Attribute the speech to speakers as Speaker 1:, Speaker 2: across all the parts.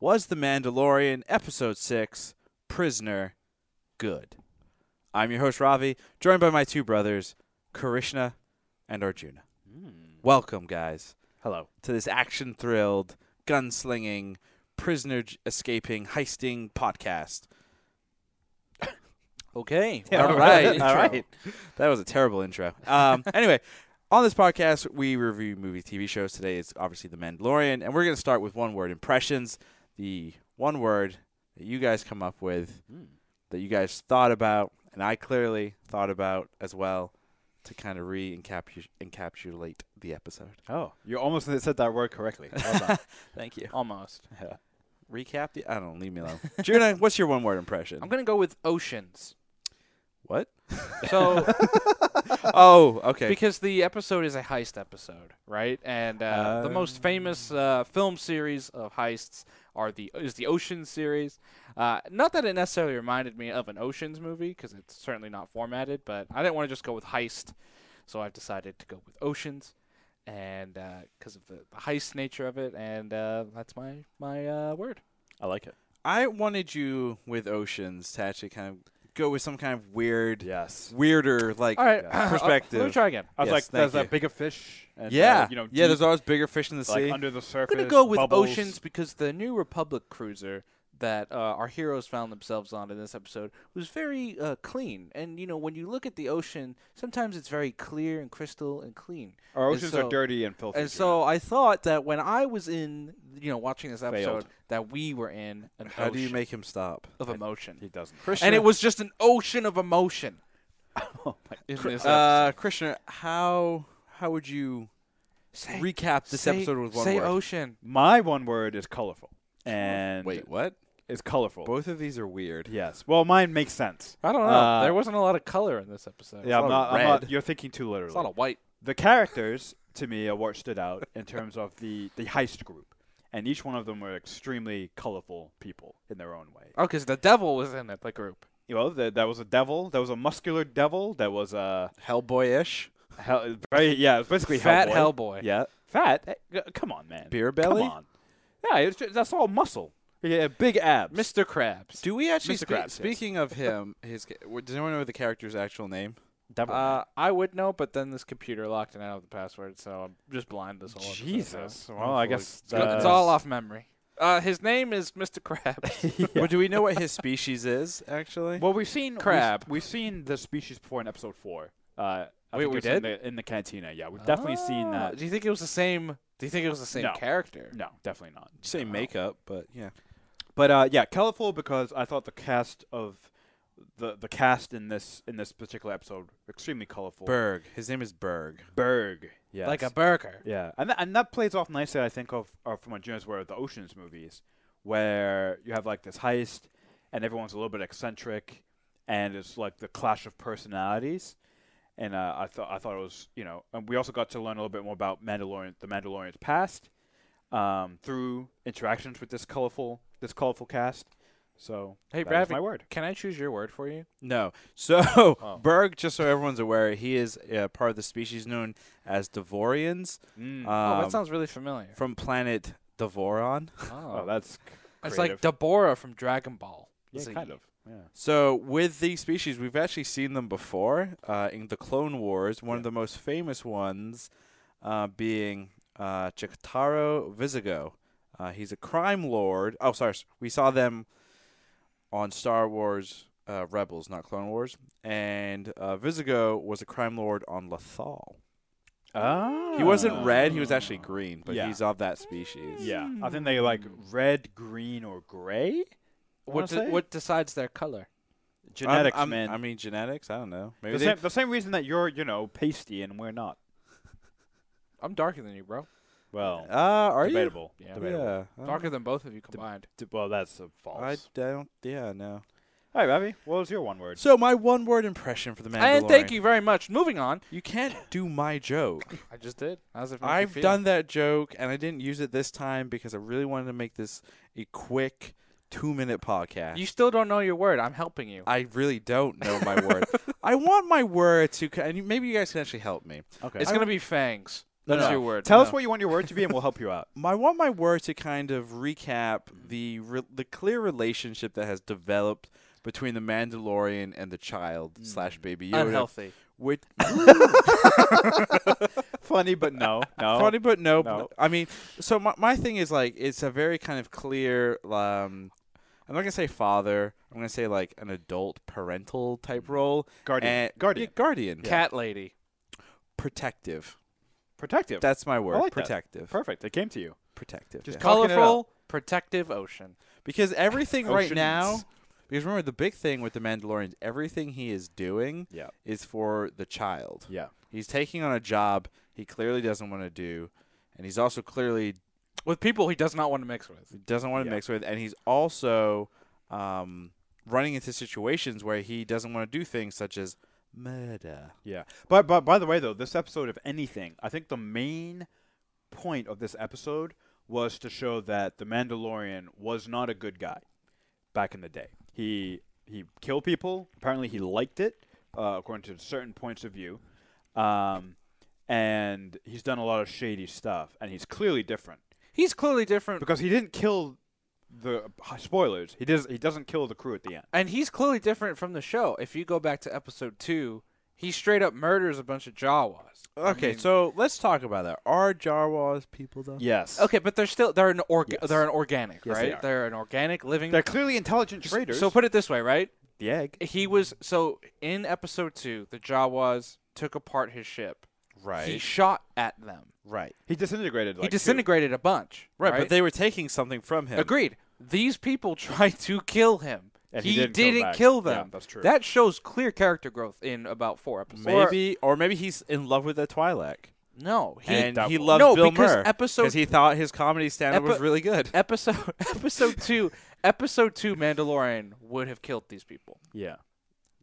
Speaker 1: Was The Mandalorian Episode 6 Prisoner Good? I'm your host, Ravi, joined by my two brothers, Karishna and Arjuna.
Speaker 2: Hmm.
Speaker 1: Welcome, guys,
Speaker 2: Hello.
Speaker 1: to this action thrilled, gunslinging, prisoner j- escaping, heisting podcast.
Speaker 2: Okay.
Speaker 1: all right. all right. That was a terrible intro. Um, anyway, on this podcast, we review movie, TV shows. Today is obviously The Mandalorian, and we're going to start with one word impressions. The one word that you guys come up with,
Speaker 2: Hmm.
Speaker 1: that you guys thought about, and I clearly thought about as well, to kind of re encapsulate the episode.
Speaker 3: Oh, you almost said that word correctly. Well done.
Speaker 1: Thank you.
Speaker 2: Almost.
Speaker 3: yeah.
Speaker 1: Recap the. I don't know, leave me alone. Juna, what's your one word impression?
Speaker 2: I'm gonna go with oceans.
Speaker 1: what?
Speaker 2: So
Speaker 1: Oh, okay.
Speaker 2: because the episode is a heist episode, right? And uh, the
Speaker 1: Oh.
Speaker 2: most famous uh, film series of heists are the is the Ocean series. Uh, not that it necessarily reminded me of an Ocean's movie because it's certainly not formatted, but I didn't want to just go with heist, so I've decided to go with Oceans, and because of the, the heist nature of it, and uh, that's my my uh, word.
Speaker 3: I like it.
Speaker 1: I wanted you with oceans to actually kind of go with some kind of weird,
Speaker 3: Yes.
Speaker 1: weirder like
Speaker 2: All right,
Speaker 1: perspective.
Speaker 2: let me try again.
Speaker 3: I was
Speaker 1: Yes,
Speaker 3: like,
Speaker 1: thank
Speaker 3: there's
Speaker 1: you.
Speaker 3: a bigger fish. And, uh,
Speaker 1: yeah,
Speaker 3: you know,
Speaker 1: yeah.
Speaker 3: deep,
Speaker 1: There's always bigger fish in the
Speaker 3: like
Speaker 1: sea.
Speaker 3: under the
Speaker 2: I'm
Speaker 3: surface.
Speaker 2: gonna go with
Speaker 3: bubbles.
Speaker 2: oceans because the new Republic cruiser that uh, our heroes found themselves on in this episode was very uh, clean. And you know, when you look at the ocean, sometimes it's very clear and crystal and clean.
Speaker 3: Our
Speaker 2: And
Speaker 3: oceans
Speaker 2: so-
Speaker 3: are dirty and filthy.
Speaker 2: And so I thought that when I was in, you know, watching this episode,
Speaker 3: Failed.
Speaker 2: that we were in an
Speaker 1: How do you
Speaker 2: ocean
Speaker 1: make him stop?
Speaker 2: of
Speaker 3: Judah. he
Speaker 2: emotion,
Speaker 3: doesn't.
Speaker 2: and it was just an ocean of emotion. in this
Speaker 1: Uh,
Speaker 2: episode.
Speaker 1: Krishna, how how would you
Speaker 2: say,
Speaker 1: recap this
Speaker 2: say-
Speaker 1: episode with one
Speaker 2: say
Speaker 1: word?
Speaker 2: ocean.
Speaker 3: My one word is colorful. And
Speaker 1: Wait, what?
Speaker 3: it's colorful.
Speaker 1: Both of these are weird.
Speaker 3: Yes. Well, mine makes sense.
Speaker 2: I don't know.
Speaker 3: Uh,
Speaker 2: there wasn't a lot of color in this episode.
Speaker 3: Yeah, I'm
Speaker 1: lot of
Speaker 3: not, I'm not.
Speaker 1: red.
Speaker 3: You're thinking too
Speaker 2: it's a lot
Speaker 3: literally.
Speaker 2: of white.
Speaker 3: The characters to me are what stood out in terms of the the heist group, and each one of them were extremely colorful people in their own way.
Speaker 2: Oh, because the devil was in it, the group.
Speaker 3: Well, there, there was a devil. There was a muscular devil. There was a
Speaker 1: Hellboy-ish,
Speaker 3: hell, very yeah, it was basically
Speaker 2: Fat
Speaker 3: Hellboy.
Speaker 2: Hellboy.
Speaker 3: Yeah, fat. eh, g- Come on, man.
Speaker 1: beer belly.
Speaker 3: Come on. Yeah, it's just, that's all muscle. Yeah, big abs.
Speaker 2: Mr. Krabs.
Speaker 1: Do we actually
Speaker 3: Mr.
Speaker 1: spe-
Speaker 3: Krabs, yes.
Speaker 1: speaking of him? His ca- w- does anyone know the character's actual name?
Speaker 3: Devil man.
Speaker 2: Uh, I would know, but then this computer locked and I don't have the password, so I'm just blind this whole episode, so
Speaker 3: Jesus.
Speaker 2: it's-
Speaker 3: Well, I guess
Speaker 2: It's, go- it's
Speaker 3: uh,
Speaker 2: all off memory. Uh, his name is Mr. Krabs.
Speaker 1: Well, do we know what his species is actually?
Speaker 3: Well, we've seen
Speaker 2: Crab.
Speaker 3: We've, we've seen the species before in episode four. Uh, I
Speaker 2: Wait,
Speaker 3: think
Speaker 2: we
Speaker 3: it's in
Speaker 2: did?
Speaker 3: the, in the cantina. Yeah, we've definitely seen
Speaker 2: Ah,
Speaker 3: that.
Speaker 2: Do you think it was the same? Do you think it was the same
Speaker 3: No.
Speaker 2: character?
Speaker 3: No, definitely not. Uh,
Speaker 1: say
Speaker 3: No.
Speaker 1: makeup, but yeah.
Speaker 3: But uh, yeah, colorful because I thought the cast of the the cast in this in this particular episode extremely colorful.
Speaker 1: Berg. His name is Berg.
Speaker 3: Berg. Yes.
Speaker 2: Like a burger.
Speaker 3: Yeah, and tha- and that plays off nicely, I think, of, of from a Jones where the Ocean's movies, where you have like this heist, and everyone's a little bit eccentric, and it's like the clash of personalities. And uh, I thought I thought it was you know, and we also got to learn a little bit more about Mandalorian, the Mandalorian's past, um, through interactions with this colorful this colorful cast. So
Speaker 2: Hey,
Speaker 3: that is
Speaker 2: Ravi,
Speaker 3: my word.
Speaker 2: can I choose your word for you?
Speaker 1: No. So Berg, just so everyone's aware, he is uh, part of the species known as Devorians
Speaker 3: Mm. Hmm.
Speaker 2: oh,
Speaker 1: um,
Speaker 2: that sounds really familiar.
Speaker 1: from planet Devoron.
Speaker 3: Oh,
Speaker 2: Oh,
Speaker 3: that's
Speaker 2: it's like
Speaker 3: creative.
Speaker 2: Deborah from Dragon Ball.
Speaker 3: yeah,
Speaker 2: It's a-
Speaker 3: kind of yeah.
Speaker 1: So with these species, we've actually seen them before uh, in the Clone Wars. One of the most famous ones uh, being uh, Chikataro Visigo. Uh, he's a crime lord. Oh, sorry, s- we saw them on Star Wars uh, Rebels, not Clone Wars. And uh, Visigo was a crime lord on Lothal. He wasn't red. He was actually green, but
Speaker 3: Ah. Yeah.
Speaker 1: he's of that species.
Speaker 3: Yeah, I think they like red, green, or gray. I wanna
Speaker 2: What, de-
Speaker 3: say?
Speaker 2: what decides their color?
Speaker 1: I'm-
Speaker 3: genetics,
Speaker 1: I'm-
Speaker 3: man?
Speaker 1: I mean, genetics. I don't know. Maybe
Speaker 3: the,
Speaker 1: they,
Speaker 3: same, the same reason that you're, you know, pasty and we're not.
Speaker 2: I'm darker than you, bro.
Speaker 3: Well,
Speaker 1: uh, are
Speaker 3: debatable.
Speaker 2: Yeah.
Speaker 1: you?
Speaker 3: debatable.
Speaker 1: Yeah. I
Speaker 2: Darker than both of you combined.
Speaker 3: D- Well, that's a
Speaker 1: don't-
Speaker 3: false.
Speaker 1: I don't. Yeah, no.
Speaker 3: All right, Ravi, what was your one word?
Speaker 1: So my one-word impression for the Mandalorian.
Speaker 2: And thank you very much. Moving on.
Speaker 1: You can't do my joke.
Speaker 2: I just did. How's it make you
Speaker 1: I've
Speaker 2: feel?
Speaker 1: done that joke, and I didn't use it this time because I really wanted to make this a quick two-minute podcast.
Speaker 2: You still don't know your word. I'm helping you.
Speaker 1: I really don't know my word. I want my word to, and maybe you guys can actually help me.
Speaker 3: Okay.
Speaker 2: it's
Speaker 1: I-
Speaker 2: gonna be fangs. That's
Speaker 1: no.
Speaker 2: your word.
Speaker 3: Tell
Speaker 2: no.
Speaker 3: us what you want your word to be, and we'll help you out.
Speaker 1: I want my word to kind of recap the re- the clear relationship that has developed between the Mandalorian and the child slash baby Yoda.
Speaker 2: Mm. unhealthy.
Speaker 1: Which
Speaker 3: Funny, but no, no.
Speaker 1: funny, but no. but-
Speaker 3: Oh, No.
Speaker 1: I mean, so my my thing is like it's a very kind of clear. Um, I'm not gonna say father. I'm gonna say like an adult parental type role.
Speaker 3: Mm-hmm. Guardian,
Speaker 1: And-
Speaker 3: guardian,
Speaker 1: Yeah, guardian.
Speaker 2: Cat lady.
Speaker 1: Protective.
Speaker 3: protective.
Speaker 1: That's my word.
Speaker 3: like that.
Speaker 1: protective.
Speaker 3: Perfect. It came to you.
Speaker 1: protective.
Speaker 3: Just
Speaker 1: yeah.
Speaker 3: Cocking it
Speaker 2: Colorful, protective ocean.
Speaker 1: Because everything right
Speaker 3: Oceans.
Speaker 1: now, because remember the big thing with the Mandalorian, everything he is doing
Speaker 3: Yeah.
Speaker 1: is for the child.
Speaker 3: Yeah.
Speaker 1: He's taking on a job he clearly doesn't want to do, and he's also clearly
Speaker 2: With people he does not want to mix with.
Speaker 1: doesn't want to
Speaker 3: Yeah.
Speaker 1: mix with, and he's also um, running into situations where he doesn't want to do things such as murder.
Speaker 3: Yeah. But but by the way though, this episode of anything, I think the main point of this episode was to show that the Mandalorian was not a good guy back in the day. He he killed people. Apparently, he liked it, uh, according to certain points of view. Um, and he's done a lot of shady stuff, and he's clearly different
Speaker 2: He's clearly different
Speaker 3: because he didn't kill the uh, spoilers. He does. He doesn't kill the crew at the end.
Speaker 2: and he's clearly different from the show. If you go back to episode two, he straight up murders a bunch of Jawas. I
Speaker 1: Okay,
Speaker 2: mean-
Speaker 1: so let's talk about that. Are Jarwas people though?
Speaker 3: Yes.
Speaker 2: Okay, but they're still they're an org
Speaker 3: Yes.
Speaker 2: they're an organic,
Speaker 3: Yes,
Speaker 2: right?
Speaker 3: they are.
Speaker 2: They're an organic living
Speaker 3: They're clearly intelligent traders.
Speaker 2: So put it this way, right?
Speaker 3: the egg.
Speaker 2: He was so in episode two, the Jawas took apart his ship.
Speaker 1: Right.
Speaker 2: He shot at them.
Speaker 1: right.
Speaker 3: He disintegrated. Like
Speaker 2: he
Speaker 3: two.
Speaker 2: disintegrated a bunch.
Speaker 1: Right, but they were taking something from him.
Speaker 2: agreed. These people tried to kill him.
Speaker 3: And he didn't kill back.
Speaker 2: kill
Speaker 3: Yeah,
Speaker 2: them.
Speaker 3: that's true.
Speaker 2: That shows clear character growth in about four episodes.
Speaker 1: Maybe, or, maybe he's in love with the Twi'lek,
Speaker 2: no, he
Speaker 1: and he
Speaker 3: double.
Speaker 1: loves
Speaker 2: no,
Speaker 1: Bill
Speaker 2: because
Speaker 1: Murr
Speaker 2: episode
Speaker 1: he thought his comedy stand-up
Speaker 2: Epi-
Speaker 1: was really good.
Speaker 2: episode episode two episode two Mandalorian would have killed these people.
Speaker 3: Yeah.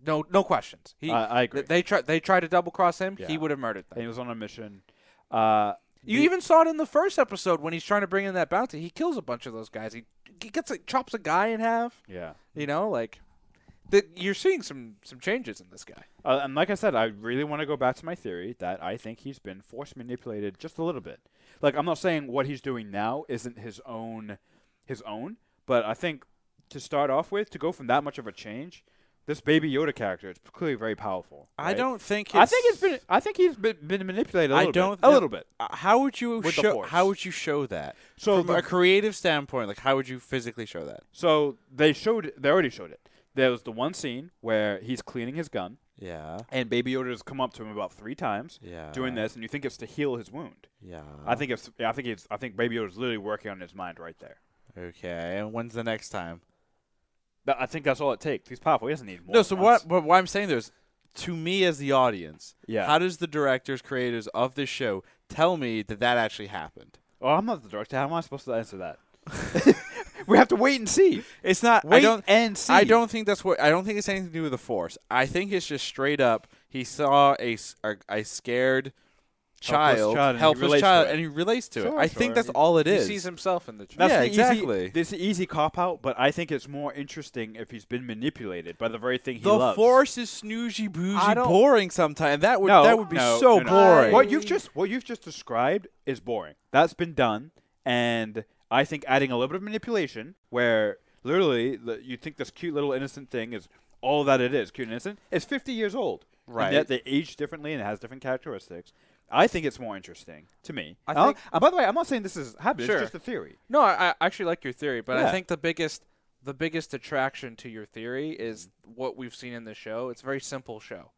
Speaker 2: No, no questions. He,
Speaker 3: I- I agree.
Speaker 2: They tried. They tried to double cross him. He
Speaker 3: Yeah.
Speaker 2: would have murdered them.
Speaker 3: And he was on a mission. Uh,
Speaker 2: You even saw it in the first episode when he's trying to bring in that bounty. He kills a bunch of those guys. He, he gets like, chops a guy in half.
Speaker 3: yeah.
Speaker 2: You know, like the, you're seeing some some changes in this guy.
Speaker 3: Uh, and like I said, I really want to go back to my theory that I think he's been force manipulated just a little bit. Like I'm not saying what he's doing now isn't his own, his own, but I think to start off with, to go from that much of a change, this Baby Yoda character is clearly very powerful.
Speaker 1: I
Speaker 3: right?
Speaker 1: don't think. It's,
Speaker 3: I think it's been. I think he's been, been manipulated. A
Speaker 1: I
Speaker 3: little
Speaker 1: don't
Speaker 3: Bit, a
Speaker 1: know.
Speaker 3: little bit.
Speaker 1: Uh, How would you
Speaker 3: With the
Speaker 1: show?
Speaker 3: Force.
Speaker 1: How would you show that?
Speaker 3: So
Speaker 1: From
Speaker 3: the-
Speaker 1: a creative standpoint, like how would you physically show that?
Speaker 3: So they showed. They already showed it. There was the one scene where he's cleaning his gun,
Speaker 1: Yeah.
Speaker 3: and Baby Yoda has come up to him about three times.
Speaker 1: Yeah. Uh-huh.
Speaker 3: doing this, and you think it's to heal his wound.
Speaker 1: Yeah.
Speaker 3: I think it's. I think it's. I think Baby Yoda's literally working on his mind right there.
Speaker 1: Okay. And when's the next time?
Speaker 3: That- I think that's all it takes. He's powerful. He doesn't need more.
Speaker 1: no.
Speaker 3: than
Speaker 1: So
Speaker 3: once.
Speaker 1: what? But what I'm saying there is, to me as the audience,
Speaker 3: Yeah.
Speaker 1: How does the directors, creators of this show tell me that that actually happened?
Speaker 3: Oh, I'm not the director. How am I supposed to answer that? we have to wait and see.
Speaker 1: It's not.
Speaker 3: Wait
Speaker 1: I don't.
Speaker 3: and see.
Speaker 1: I don't think that's what. I don't think it's anything to do with the force. I think it's just straight up. He saw a s- a, a scared child,
Speaker 3: child and he
Speaker 1: helpless
Speaker 3: relates to
Speaker 1: child,
Speaker 3: it.
Speaker 1: and he relates to it.
Speaker 3: Sure,
Speaker 1: I think
Speaker 3: sure.
Speaker 1: that's all it
Speaker 2: he
Speaker 1: is.
Speaker 2: sees himself in the child.
Speaker 3: That's
Speaker 1: Yeah,
Speaker 3: the easy-
Speaker 1: exactly.
Speaker 3: This is easy cop out, but I think it's more interesting if he's been manipulated by the very thing he
Speaker 1: the
Speaker 3: loves.
Speaker 1: force is snoozy,
Speaker 2: I
Speaker 1: bougie,
Speaker 2: don't-
Speaker 1: boring. Sometimes that would
Speaker 3: No,
Speaker 1: that would be
Speaker 3: no,
Speaker 1: so
Speaker 3: no, no.
Speaker 1: boring.
Speaker 3: What you've just what you've just described is boring. That's been done, and I think adding a little bit of manipulation, where literally the- you think this cute little innocent thing is all that it is, cute and innocent, is 50 years old.
Speaker 1: Right.
Speaker 3: And yet they age differently and it has different characteristics. I think it's more interesting to me.
Speaker 2: I
Speaker 3: I don't-
Speaker 2: think-
Speaker 3: and by the way, I'm not saying this is happening.
Speaker 2: Sure.
Speaker 3: It's just a theory.
Speaker 2: No, I, I actually like your theory, but I
Speaker 3: Yeah.
Speaker 2: think the biggest the biggest attraction to your theory is what we've seen in the show. It's a very simple show.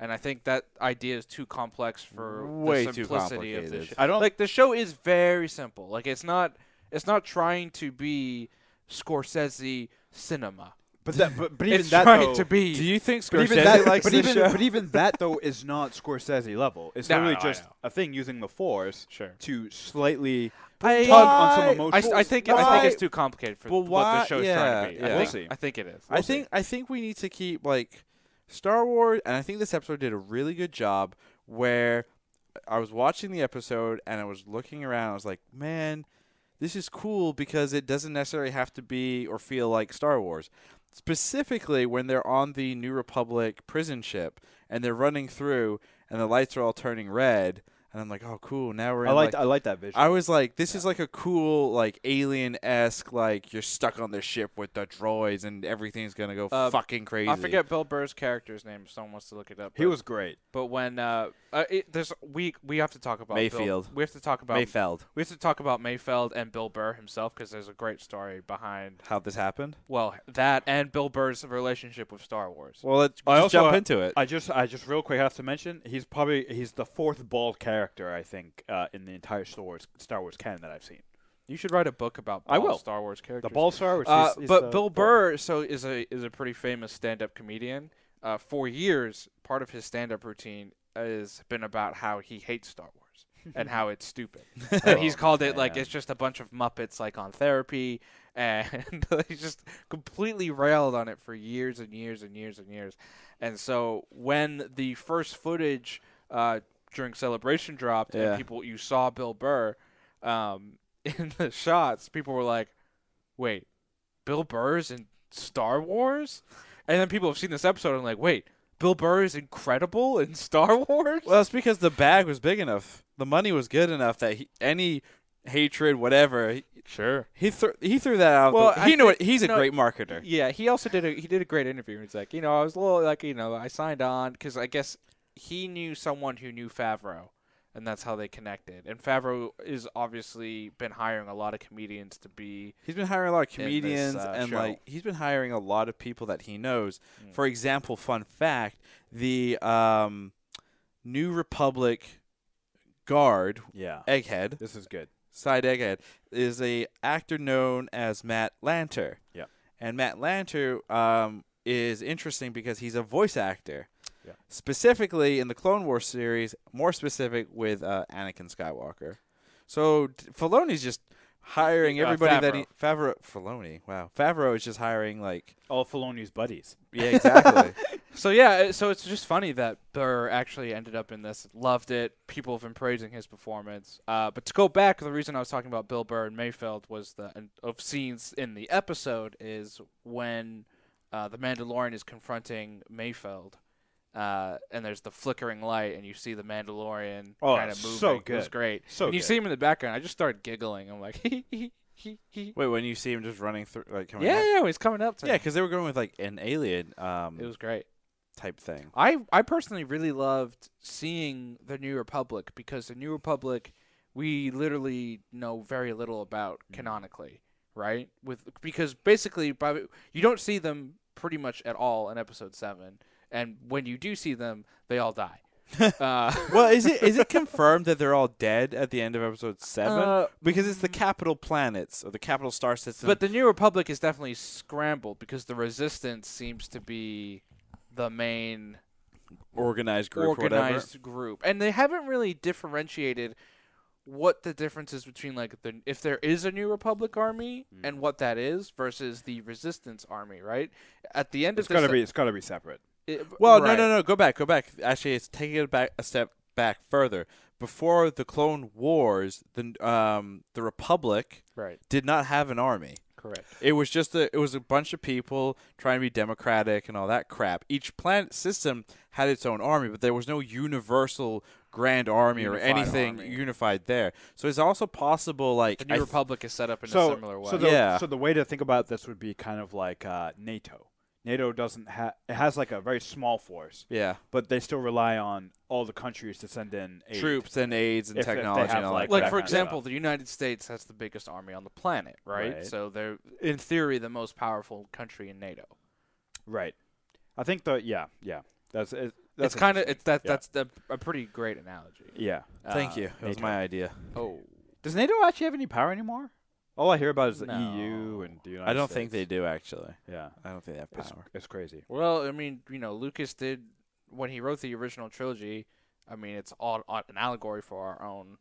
Speaker 2: And I think that idea is too complex for
Speaker 1: Way
Speaker 2: the
Speaker 1: too
Speaker 2: simplicity of the
Speaker 1: complicated.
Speaker 2: show.
Speaker 3: I don't-
Speaker 2: like the show is very simple. Like it's not it's not trying to be Scorsese cinema.
Speaker 3: But that, but, but even
Speaker 2: It's
Speaker 3: that
Speaker 2: trying
Speaker 3: though,
Speaker 2: to be
Speaker 1: do you think
Speaker 3: But even,
Speaker 1: Scorsese
Speaker 3: that,
Speaker 1: likes
Speaker 3: but,
Speaker 1: this
Speaker 3: even,
Speaker 1: show?
Speaker 3: but even that though is not Scorsese level. It's
Speaker 2: No,
Speaker 3: literally
Speaker 2: no, I
Speaker 3: just
Speaker 2: know.
Speaker 3: a thing using the force
Speaker 2: Sure.
Speaker 3: to slightly
Speaker 1: I-
Speaker 3: tug on some
Speaker 1: Why-
Speaker 3: emotions.
Speaker 2: I, s- I think I
Speaker 1: Why-
Speaker 2: think it's too complicated for
Speaker 1: Well,
Speaker 2: what
Speaker 1: why-
Speaker 2: the show is
Speaker 1: yeah,
Speaker 2: trying to be.
Speaker 1: yeah.
Speaker 2: I,
Speaker 3: We'll
Speaker 2: think,
Speaker 3: see.
Speaker 2: I think it is.
Speaker 1: I think I think we need to keep like Star Wars, and I think this episode did a really good job. Where I was watching the episode and I was looking around, I was like, man, this is cool because it doesn't necessarily have to be or feel like Star Wars. Specifically, when they're on the New Republic prison ship and they're running through and the lights are all turning red, and I'm like, oh, cool. Now we're
Speaker 3: I
Speaker 1: in,
Speaker 3: like I like that vision.
Speaker 1: I was like, this is like a cool, like alien esque, like you're stuck on this ship with the droids and everything's gonna go
Speaker 2: Uh,
Speaker 1: fucking crazy.
Speaker 2: I forget Bill Burr's character's name. If someone wants to look it up,
Speaker 3: he
Speaker 2: but-
Speaker 3: was great.
Speaker 2: But when uh, uh it, there's we we have to talk about Bill-
Speaker 1: Mayfield.
Speaker 2: we have to talk about
Speaker 1: Mayfeld.
Speaker 2: we have to talk about Mayfeld and Bill Burr himself because there's a great story behind
Speaker 1: How this happened?
Speaker 2: well that and Bill Burr's relationship with Star Wars.
Speaker 1: Well, let's
Speaker 3: I
Speaker 1: just
Speaker 3: also-
Speaker 1: jump into it.
Speaker 3: I just I just real quick have to mention he's probably he's the fourth bald character I think uh, in the entire Star Wars Star Wars canon that I've seen.
Speaker 2: You should write a book about
Speaker 3: I
Speaker 2: bald
Speaker 3: will.
Speaker 2: Star Wars characters.
Speaker 3: The bald Star Wars.
Speaker 2: Uh,
Speaker 3: he's- he's
Speaker 2: but
Speaker 3: the
Speaker 2: Bill
Speaker 3: bald-
Speaker 2: Burr so is a is a pretty famous stand-up comedian. Uh, for years, part of his stand-up routine has been about how he hates Star Wars and how it's stupid. and he's
Speaker 3: Oh,
Speaker 2: called it like
Speaker 3: man.
Speaker 2: it's just a bunch of muppets like on therapy and he's just completely railed on it for years and years and years and years. And so when the first footage uh, during celebration dropped
Speaker 1: Yeah.
Speaker 2: and people you saw Bill Burr um, in the shots, people were like, "Wait, Bill Burr's in Star Wars?" And then people have seen this episode and like, "Wait, Bill Burr is incredible in Star Wars?"
Speaker 1: Well, that's because the bag was big enough. The money was good enough that he, any hatred, whatever, he,
Speaker 2: sure.
Speaker 1: he, threw he threw that out.
Speaker 2: Well,
Speaker 1: the,
Speaker 2: I
Speaker 1: he knew
Speaker 2: think-
Speaker 1: it. He's a
Speaker 2: no,
Speaker 1: great marketer.
Speaker 2: Yeah, he also did a he did a great interview. He's like, you know, I was a little like, you know, I signed on because I guess he knew someone who knew Favreau, and that's how they connected. And Favreau is obviously been hiring a lot of comedians to be
Speaker 1: He's been hiring a lot of
Speaker 2: in this,
Speaker 1: comedians
Speaker 2: uh,
Speaker 1: and
Speaker 2: show. Mm.
Speaker 1: like he's been hiring a lot of people that he knows. For example, fun fact, the um, New Republic guard,
Speaker 3: Yeah,
Speaker 1: Egghead,
Speaker 3: this is good.
Speaker 1: side Egghead, is a actor known as Matt Lanter.
Speaker 3: Yeah.
Speaker 1: And Matt Lanter um, is interesting because he's a voice actor.
Speaker 3: Yeah.
Speaker 1: Specifically in the Clone Wars series, more specific with uh, Anakin Skywalker. So d- Filoni's just hiring
Speaker 2: Uh,
Speaker 1: everybody that he Favreau Filoni. Wow, Favreau is just hiring like
Speaker 3: All Filoni's buddies.
Speaker 1: yeah, exactly.
Speaker 2: So yeah, it- so it's just funny that Burr actually ended up in this. Loved it. People have been praising his performance. Uh, but to go back, the reason I was talking about Bill Burr and Mayfeld was the and of scenes in the episode is when uh, the Mandalorian is confronting Mayfeld, uh, and there's the flickering light, and you see the Mandalorian
Speaker 3: Oh,
Speaker 2: kind of moving.
Speaker 3: so
Speaker 2: It was
Speaker 3: good.
Speaker 2: great.
Speaker 3: So
Speaker 2: and you
Speaker 3: good.
Speaker 2: see him in the background. I just started giggling. I'm like, hee hee hee hee.
Speaker 1: Wait, when you see him just running through, like coming.
Speaker 2: Yeah, yeah, he's coming up to.
Speaker 1: Up. yeah,
Speaker 2: him.
Speaker 1: because they were going with like an alien um,
Speaker 2: it was great.
Speaker 1: type thing.
Speaker 2: I I personally really loved seeing the New Republic because the New Republic we literally know very little about canonically, right? With because basically by you don't see them pretty much at all in episode 7 and when you do see them they all die. uh,
Speaker 1: well, is it is it confirmed that they're all dead at the end of episode seven?
Speaker 2: Uh,
Speaker 1: because it's the capital planets or the capital star system.
Speaker 2: but the New Republic is definitely scrambled because the resistance seems to be the main
Speaker 1: organized group,
Speaker 2: organized group, and they haven't really differentiated what the difference is between like the if there is a new republic army and what that is versus the resistance army right at the end
Speaker 3: It's
Speaker 2: of this
Speaker 3: gotta be. It's gotta be separate.
Speaker 2: it-
Speaker 1: Well,
Speaker 2: right.
Speaker 1: no, no, no. Go back, go back. Actually, it's taking it back a step back further. Before the Clone Wars, the um the Republic
Speaker 2: right
Speaker 1: did not have an army.
Speaker 2: correct
Speaker 1: It was just a it was a bunch of people trying to be democratic and all that crap. Each planet system had its own army, but there was no universal grand army or
Speaker 2: Unified
Speaker 1: anything
Speaker 2: army.
Speaker 1: unified there. So it's also possible like
Speaker 2: the new
Speaker 1: I th-
Speaker 2: republic is set up in a similar way
Speaker 3: So the,
Speaker 1: Yeah.
Speaker 3: so the way to think about this would be kind of like uh, NATO. NATO doesn't have it has like a very small force,
Speaker 1: yeah,
Speaker 3: but they still rely on all the countries to send in aid.
Speaker 1: troops and aids and
Speaker 3: If- if they
Speaker 1: technology
Speaker 3: have,
Speaker 1: and all
Speaker 3: like,
Speaker 1: that
Speaker 2: like
Speaker 1: crap.
Speaker 2: for
Speaker 3: background stuff.
Speaker 2: example the united states has the biggest army on the planet right,
Speaker 3: Right.
Speaker 2: so they're in theory the most powerful country in nato
Speaker 3: Right. I think the yeah yeah that's it, that's
Speaker 2: it's kind of it's that
Speaker 3: Yeah.
Speaker 2: that's the, a pretty great analogy
Speaker 3: yeah.
Speaker 1: Thank
Speaker 2: Uh,
Speaker 1: you. It was
Speaker 3: NATO.
Speaker 1: my idea.
Speaker 2: oh
Speaker 3: Does NATO actually have any power anymore? All I hear about is the
Speaker 2: No.
Speaker 3: EU and the United
Speaker 1: I don't think they
Speaker 3: States.
Speaker 1: do actually.
Speaker 3: Yeah,
Speaker 1: I don't think they have
Speaker 3: it's,
Speaker 1: power.
Speaker 3: it's crazy.
Speaker 2: Well, I mean, you know, Lucas did when he wrote the original trilogy. I mean, it's all, all an allegory for our own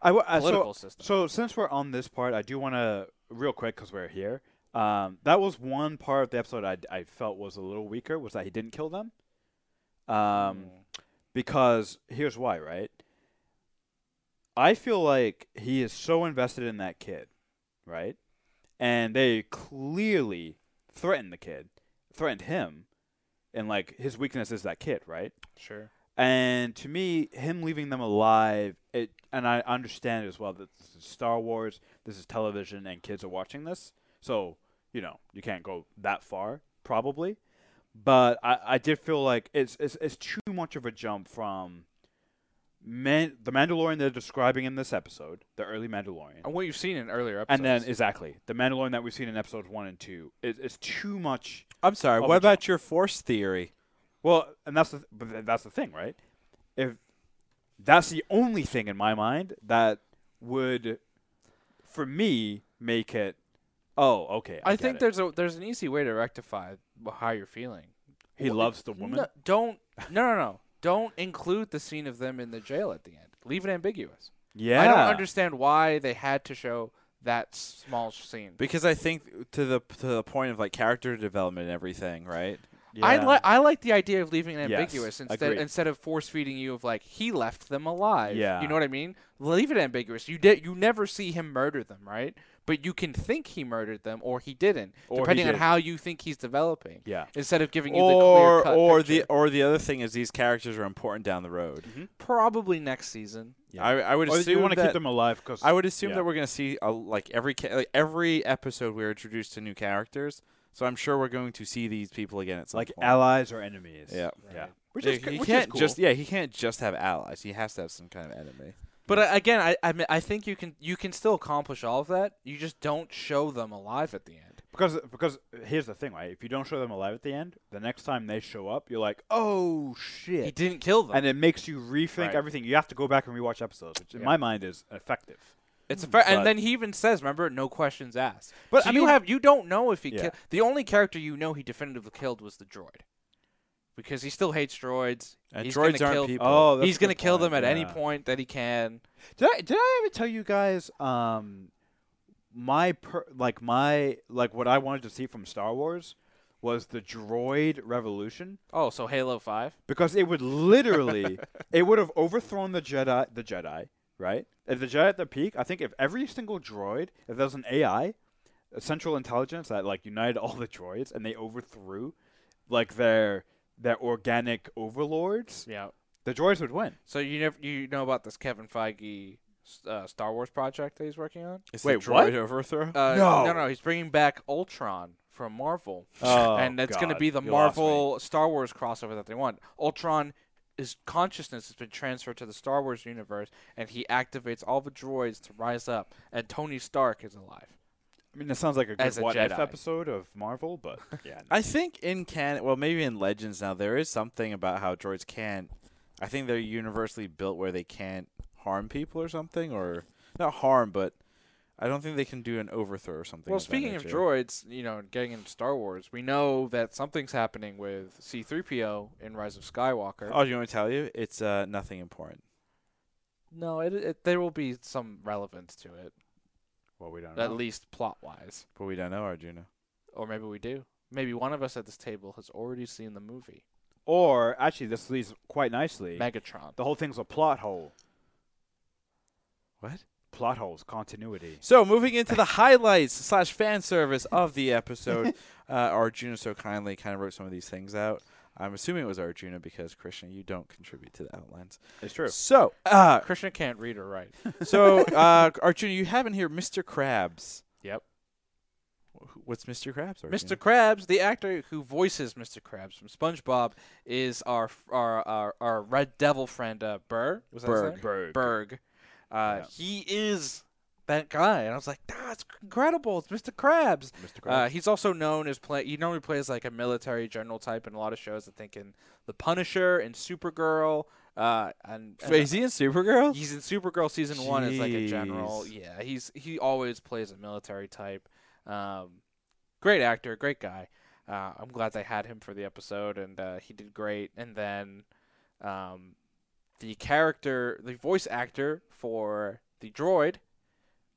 Speaker 3: I, w- uh, so
Speaker 2: political system.
Speaker 3: So since we're on this part, I do want to real quick because we're here. Um, that was one part of the episode I, I felt was a little weaker was that he didn't kill them. Um,
Speaker 2: Mm.
Speaker 3: because here's why, right? I feel like he is so invested in that kid, right? And they clearly threatened the kid, threatened him, and like his weakness is that kid, right?
Speaker 2: sure.
Speaker 3: And to me, him leaving them alive, it, and I understand as well that this is Star Wars, this is television, and kids are watching this. So, you know, you can't go that far, probably. But I, I did feel like it's, it's, it's too much of a jump from Man, the Mandalorian they're describing in this episode, the early Mandalorian.
Speaker 2: And what you've seen in earlier episodes.
Speaker 3: And then exactly the Mandalorian that we've seen in episodes one and two is is too much.
Speaker 1: I'm sorry.
Speaker 3: Oh,
Speaker 1: What
Speaker 3: but-
Speaker 1: about your force theory?
Speaker 3: Well, and that's the th- but th- that's the thing, right? If that's the only thing in my mind that would, for me, make it. Oh, okay. I,
Speaker 2: I
Speaker 3: get
Speaker 2: think
Speaker 3: it.
Speaker 2: there's a there's an easy way to rectify how you're feeling.
Speaker 3: he loves the woman.
Speaker 2: No, don't no no no. Don't include the scene of them in the jail at the end. Leave it ambiguous.
Speaker 3: yeah,
Speaker 2: I don't understand why they had to show that small scene.
Speaker 1: Because I think to the to the point of like character development and everything, right?
Speaker 2: I
Speaker 3: Yeah.
Speaker 2: like I like the idea of leaving it
Speaker 3: Yes,
Speaker 2: ambiguous instead
Speaker 3: agreed.
Speaker 2: instead of force feeding you of like he left them alive.
Speaker 3: Yeah.
Speaker 2: you know what I mean. Leave it ambiguous. You did you never see him murder them, right? But you can think he murdered them or he didn't,
Speaker 3: Or he
Speaker 2: depending on
Speaker 3: did.
Speaker 2: how you think he's developing.
Speaker 3: Yeah.
Speaker 2: Instead of giving you the
Speaker 1: Or
Speaker 2: clear cut
Speaker 1: or the or the other thing is these characters are important down the road.
Speaker 2: probably next season.
Speaker 3: Yeah.
Speaker 1: I I would
Speaker 3: Or do you
Speaker 1: assume
Speaker 3: want to keep
Speaker 1: that
Speaker 3: them alive? Because
Speaker 1: I would assume
Speaker 3: yeah.
Speaker 1: that we're gonna see a, like every ca- like every episode we're introduced to new characters. So I'm sure we're going to see these people again at some
Speaker 3: like
Speaker 1: point.
Speaker 3: allies or enemies.
Speaker 1: Yeah.
Speaker 3: yeah.
Speaker 2: Right.
Speaker 3: Which
Speaker 1: Yeah,
Speaker 3: is
Speaker 1: he
Speaker 3: which
Speaker 1: can't
Speaker 3: is cool.
Speaker 1: just yeah he can't just have allies. He has to have some kind of enemy.
Speaker 2: But I, again, I I, mean, I think you can you can still accomplish all of that. You just don't show them alive at the end.
Speaker 3: Because because here's the thing, right? If you don't show them alive at the end, the next time they show up, you're like, oh
Speaker 2: He
Speaker 3: shit,
Speaker 2: didn't kill them.
Speaker 3: and it makes you rethink
Speaker 2: Right.
Speaker 3: everything. You have to go back and rewatch episodes, which in
Speaker 2: Yeah.
Speaker 3: my mind is effective.
Speaker 2: It's a fair,
Speaker 3: but-
Speaker 2: and then he even says, "Remember, no questions asked."
Speaker 3: But,
Speaker 2: But
Speaker 3: I
Speaker 2: you
Speaker 3: mean-
Speaker 2: have you don't know if he
Speaker 3: Yeah.
Speaker 2: killed. The only character you know he definitively killed was the droid, because he still hates droids.
Speaker 1: And
Speaker 2: he's
Speaker 1: droids
Speaker 2: gonna
Speaker 1: aren't
Speaker 2: kill,
Speaker 1: people.
Speaker 3: Oh, that's
Speaker 2: he's
Speaker 3: going
Speaker 2: gonna
Speaker 3: to
Speaker 2: kill them at any
Speaker 3: yeah.
Speaker 2: point that he can.
Speaker 3: Did I did I ever tell you guys um my per, like my like what I wanted to see from Star Wars was the droid revolution
Speaker 2: Oh, so Halo Five.
Speaker 3: because it would literally it would have overthrown the Jedi the Jedi right if the Jedi at the peak I think if every single droid if there was an AI a central intelligence that like united all the droids and they overthrew like their their organic overlords
Speaker 2: Yeah.
Speaker 3: the droids would win
Speaker 2: So you never you know about this Kevin Feige uh, Star Wars project that he's working on?
Speaker 1: It's
Speaker 3: Wait,
Speaker 1: the
Speaker 3: what?
Speaker 1: droid overthrow?
Speaker 2: Uh,
Speaker 3: No.
Speaker 2: no, no. He's bringing back Ultron from Marvel.
Speaker 3: oh,
Speaker 2: and that's going to
Speaker 3: God,
Speaker 2: be the
Speaker 3: you lost me.
Speaker 2: Marvel Star Wars crossover that they want. Ultron, his consciousness has been transferred to the Star Wars universe, and he activates all the droids to rise up. And Tony Stark is alive.
Speaker 3: I mean, it sounds like a good
Speaker 2: As a
Speaker 3: what if
Speaker 2: Jedi.
Speaker 3: episode of Marvel, but yeah.
Speaker 1: I think in canon, well, maybe in Legends now, there is something about how droids can't. I think they're universally built where they can't harm people or something, or not harm, but I don't think they can do an overthrow or something.
Speaker 2: Well,
Speaker 1: that
Speaker 2: speaking of
Speaker 1: nature.
Speaker 2: droids, you know, getting into Star Wars, we know that something's happening with C-3PO in Rise of Skywalker.
Speaker 3: Uh,
Speaker 1: oh, do you want me to tell you? It's uh, nothing important.
Speaker 2: No, it, it, there will be some relevance to it,
Speaker 3: well, we don't
Speaker 2: at
Speaker 3: know.
Speaker 2: least plot-wise.
Speaker 1: But we don't know Arjuna.
Speaker 2: Or maybe we do. Maybe one of us at this table has already seen the movie
Speaker 3: Or actually, this leads quite nicely.
Speaker 2: Megatron.
Speaker 3: the whole thing's a plot hole.
Speaker 1: What?
Speaker 3: Plot holes, continuity.
Speaker 1: So moving into the highlights slash fan service of the episode, uh, Arjuna so kindly kind of wrote some of these things out. I'm assuming it was Arjuna because Krishna, you don't contribute to the outlines.
Speaker 3: It's true.
Speaker 1: So, uh,
Speaker 2: Krishna can't read or write.
Speaker 1: So, uh, Arjuna, you have in here Mr. Krabs.
Speaker 2: Yep.
Speaker 1: Wh- What's Mr. Krabs?
Speaker 2: Mr.
Speaker 1: Arjuna?
Speaker 2: Krabs, the actor who voices Mr. Krabs from SpongeBob, is our f- our our, our Red Devil friend uh, Burr. Was that his
Speaker 1: Berg.
Speaker 2: name?
Speaker 3: Bird.
Speaker 2: Berg. Uh,
Speaker 3: Yeah.
Speaker 2: He is that guy, and I was like, that's incredible. It's Mr. Krabs.
Speaker 3: Mr. Krabs.
Speaker 2: Uh, he's also known as play. He normally plays like a military general type in a lot of shows. I think in The Punisher and Supergirl. Uh, and, and
Speaker 1: Wait, is he in Supergirl?
Speaker 2: He's in Supergirl season one as like a general.
Speaker 1: Jeez.
Speaker 2: Yeah, he's he always plays a military type. Um, great actor, great guy. Uh, I'm glad they had him for the episode, and uh, he did great. And then, um, the character, the voice actor for the droid,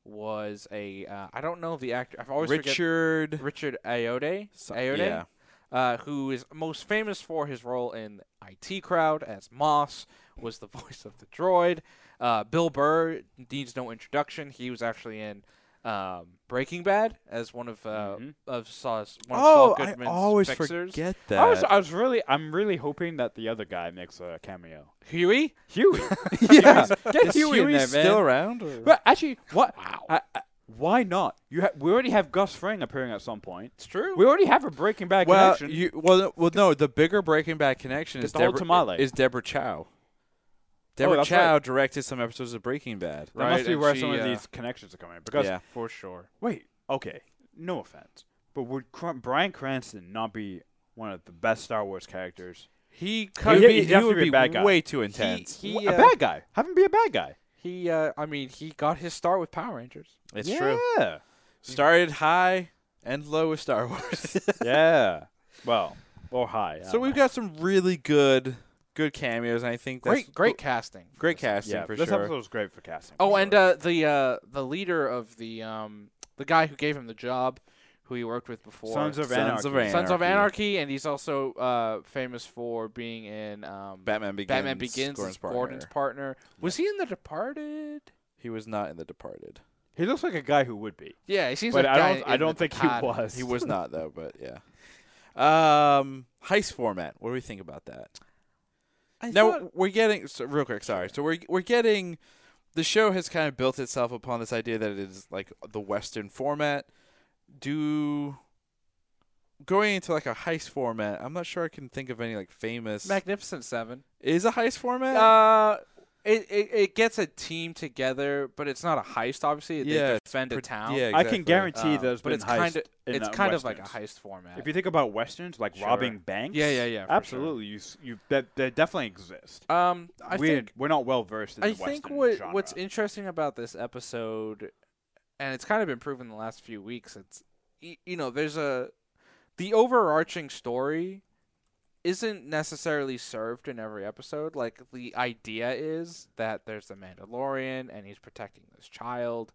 Speaker 2: was a uh, I don't know the actor. I've always forget
Speaker 1: Richard.
Speaker 2: Richard Ayoade.
Speaker 1: so-
Speaker 2: Ayoade?
Speaker 1: yeah.
Speaker 2: Uh, who is most famous for his role in IT Crowd as Moss, was the voice of the droid. Uh, Bill Burr needs no introduction. He was actually in um, Breaking Bad as one of uh,
Speaker 3: Mhm.
Speaker 2: of Saw's one of
Speaker 1: Mm-hmm. Oh,
Speaker 2: Saul
Speaker 1: I
Speaker 2: Goodman's
Speaker 1: always
Speaker 2: fixers.
Speaker 1: forget that.
Speaker 3: I was, I was really, I'm really hoping that the other guy makes a cameo.
Speaker 2: Huey.
Speaker 3: Huey,
Speaker 1: yeah.
Speaker 3: get
Speaker 1: Is
Speaker 3: Huey in
Speaker 1: Huey
Speaker 3: there, man.
Speaker 1: still around? or-
Speaker 3: But actually, what? I, I, why not? You ha- we already have Gus Fring appearing at some point.
Speaker 2: It's true.
Speaker 3: We already have a Breaking Bad
Speaker 1: Well,
Speaker 3: connection.
Speaker 1: you, well, well, no. The bigger Breaking Bad connection
Speaker 3: Get
Speaker 1: is
Speaker 3: the whole
Speaker 1: Deborah,
Speaker 3: tamale. Oh,
Speaker 1: is Deborah Chow. Deborah
Speaker 3: that's right.
Speaker 1: Chow directed some episodes of Breaking Bad.
Speaker 3: that
Speaker 2: right,
Speaker 3: must be
Speaker 2: and
Speaker 3: where
Speaker 2: she,
Speaker 3: some
Speaker 2: uh,
Speaker 3: of these connections are coming because
Speaker 1: yeah.
Speaker 2: for sure.
Speaker 3: Wait, okay. No offense, but would Cr- Brian Cranston not be one of the best Star Wars characters?
Speaker 2: He
Speaker 1: He
Speaker 2: could
Speaker 1: would be,
Speaker 3: he'd have to
Speaker 1: he would
Speaker 3: be a
Speaker 1: be
Speaker 3: bad guy.
Speaker 1: way too
Speaker 2: he,
Speaker 1: intense.
Speaker 2: he,
Speaker 3: a
Speaker 2: uh,
Speaker 3: bad guy. Have him be a bad guy.
Speaker 2: he uh, I mean, he got his start with Power Rangers.
Speaker 1: it's
Speaker 3: yeah.
Speaker 1: true. Started high and low with Star Wars.
Speaker 3: yeah. Well, or high. I
Speaker 1: so
Speaker 3: don't
Speaker 1: we've
Speaker 3: know.
Speaker 1: got some really good, good cameos, and I think that's
Speaker 2: Great, great casting.
Speaker 1: great casting
Speaker 3: yeah.
Speaker 1: for
Speaker 3: this
Speaker 1: sure.
Speaker 3: episode was great for casting.
Speaker 2: Oh,
Speaker 3: for
Speaker 2: and
Speaker 3: sure.
Speaker 2: uh, the uh, the leader of the um, the guy who gave him the job, who he worked with before,
Speaker 3: Sons of
Speaker 1: Sons of
Speaker 3: Anarchy.
Speaker 2: Sons of Anarchy, and he's also uh, famous for being in um,
Speaker 1: Batman Begins.
Speaker 2: Batman Begins,
Speaker 1: Gordon's
Speaker 2: as Gordon's
Speaker 1: partner.
Speaker 2: partner. Was he in The Departed?
Speaker 1: He was not in The Departed.
Speaker 3: he looks like a guy who would be.
Speaker 2: Yeah, he seems
Speaker 3: But
Speaker 2: like
Speaker 3: I
Speaker 2: a guy
Speaker 3: don't- I
Speaker 2: in The
Speaker 3: don't think he
Speaker 2: Departed.
Speaker 3: was.
Speaker 1: He was not though, but yeah. Um, heist format. What do we think about that?
Speaker 2: I
Speaker 1: now
Speaker 2: thought-
Speaker 1: we're getting so, real quick. Sorry. So we're we're getting the show has kind of built itself upon this idea that it is like the Western format. Do going into like a heist format. I'm not sure I can think of any like famous.
Speaker 2: Magnificent Seven.
Speaker 1: is a heist format?
Speaker 2: Uh, it, it it gets a team together, but it's not a heist. Obviously, they
Speaker 1: Yeah, it's
Speaker 2: defend a
Speaker 1: Pre-
Speaker 2: town.
Speaker 1: Yeah,
Speaker 3: I can
Speaker 1: exactly.
Speaker 3: guarantee
Speaker 2: Um,
Speaker 3: E there's
Speaker 2: but
Speaker 3: been
Speaker 2: it's kind
Speaker 3: heist
Speaker 2: of
Speaker 3: in,
Speaker 2: it's
Speaker 3: uh,
Speaker 2: kind of like a
Speaker 3: Westerns.
Speaker 2: heist format.
Speaker 3: If you think about westerns, like
Speaker 2: Sure.
Speaker 3: robbing banks,
Speaker 2: yeah, yeah, yeah, for sure.
Speaker 3: absolutely. You s- you that they definitely exist.
Speaker 2: Um, I
Speaker 3: we
Speaker 2: think
Speaker 3: we're not well versed in the
Speaker 2: I
Speaker 3: western
Speaker 2: think what
Speaker 3: genre.
Speaker 2: what's interesting about this episode, and it's kind of been proven the last few weeks. It's y- you know there's a the overarching story isn't necessarily served in every episode. Like the idea is that there's the Mandalorian and he's protecting this child,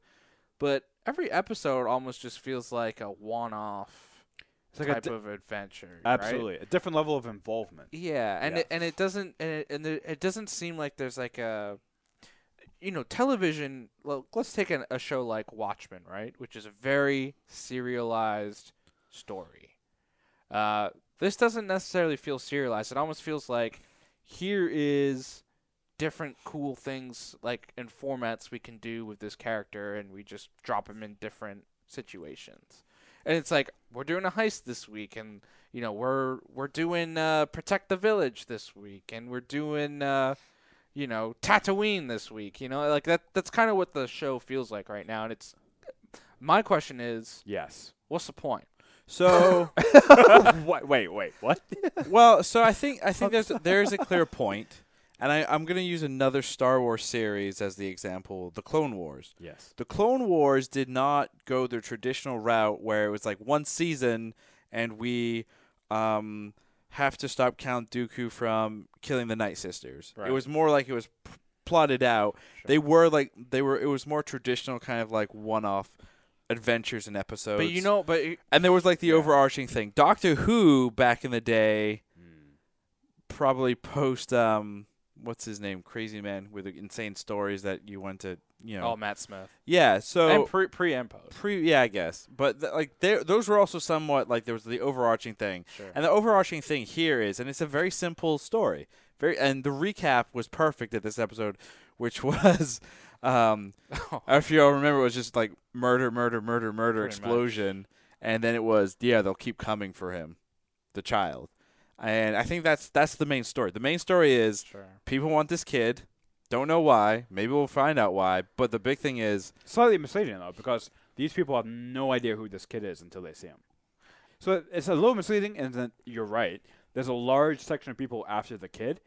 Speaker 2: but every episode almost just feels like a one-off
Speaker 3: It's like a
Speaker 2: type
Speaker 3: di-
Speaker 2: of adventure. right?
Speaker 3: absolutely a different level of involvement.
Speaker 2: Yeah, and
Speaker 3: Yeah.
Speaker 2: It, and it doesn't and it, and there, it doesn't seem like there's like a you know television. Well, let's take an, a show like Watchmen, right, which is a very serialized story. Uh, this doesn't necessarily feel serialized. It almost feels like here is different cool things like and formats we can do with this character, and we just drop him in different situations. And it's like we're doing a heist this week, and you know we're we're doing uh, protect the village this week, and we're doing uh, you know Tatooine this week. You know, like that. That's kind of what the show feels like right now. And it's my question is,
Speaker 3: Yes.
Speaker 2: what's the point?
Speaker 1: So
Speaker 3: wait, wait, wait. What?
Speaker 1: well, so I think I think there's there's a clear point, and I, I'm going to use another Star Wars series as the example, the Clone Wars.
Speaker 3: Yes.
Speaker 1: The Clone Wars did not go the traditional route where it was like one season and we um, have to stop Count Dooku from killing the Night Sisters.
Speaker 3: Right.
Speaker 1: It was more like it was p- plotted out. They were like they were. It was more traditional, kind of like one-off adventures and episodes.
Speaker 2: But you know, but it-
Speaker 1: and there was like the
Speaker 3: Yeah.
Speaker 1: overarching thing. Doctor Who back in the day, probably post um, what's his name, Crazy Man with the insane stories that you went to. You know,
Speaker 2: oh, Matt Smith
Speaker 1: yeah. So
Speaker 2: and pre pre and post.
Speaker 1: pre yeah i guess but th- like there those were also somewhat like there was the overarching thing
Speaker 2: Sure.
Speaker 1: and the overarching thing here is and it's a very simple story very and the recap was perfect at this episode which was um if you all remember it was just like murder murder murder murder
Speaker 2: Pretty much.
Speaker 1: explosion and then it was yeah they'll keep coming for him the child and i think that's that's the main story the main story is
Speaker 2: sure.
Speaker 1: people want this kid don't know why maybe we'll find out why but the big thing is
Speaker 3: Slightly misleading though, because these people have no idea who this kid is until they see him. So it's a little misleading, and then you're right. There's a large section of people after the kid.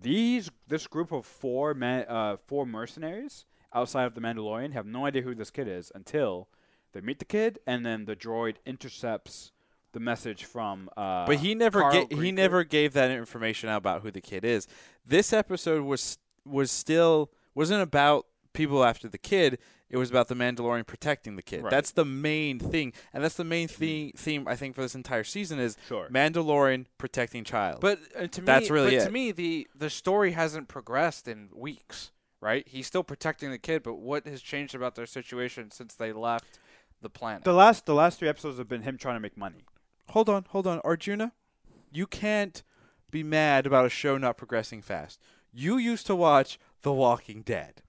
Speaker 3: These this group of four man, uh, four mercenaries outside of the Mandalorian have no idea who this kid is until they meet the kid, and then the droid intercepts the message from. Uh,
Speaker 1: But he never
Speaker 2: Carl
Speaker 1: ga- he
Speaker 2: Greenwood.
Speaker 1: never gave that information out about who the kid is. This episode was was still wasn't about people after the kid. It was about the Mandalorian protecting the kid.
Speaker 3: Right.
Speaker 1: That's the main thing, and that's the main theme. Theme I think for this entire season is
Speaker 3: Sure.
Speaker 1: Mandalorian protecting child.
Speaker 2: But uh, to me,
Speaker 1: That's really
Speaker 2: but
Speaker 1: it.
Speaker 2: to me the the story hasn't progressed in weeks. right? He's still protecting the kid, but what has changed about their situation since they left the planet?
Speaker 3: The last the last three episodes have been him trying to make money.
Speaker 1: Hold on, hold on, Arjuna, you can't be mad about a show not progressing fast. You used to watch The Walking Dead.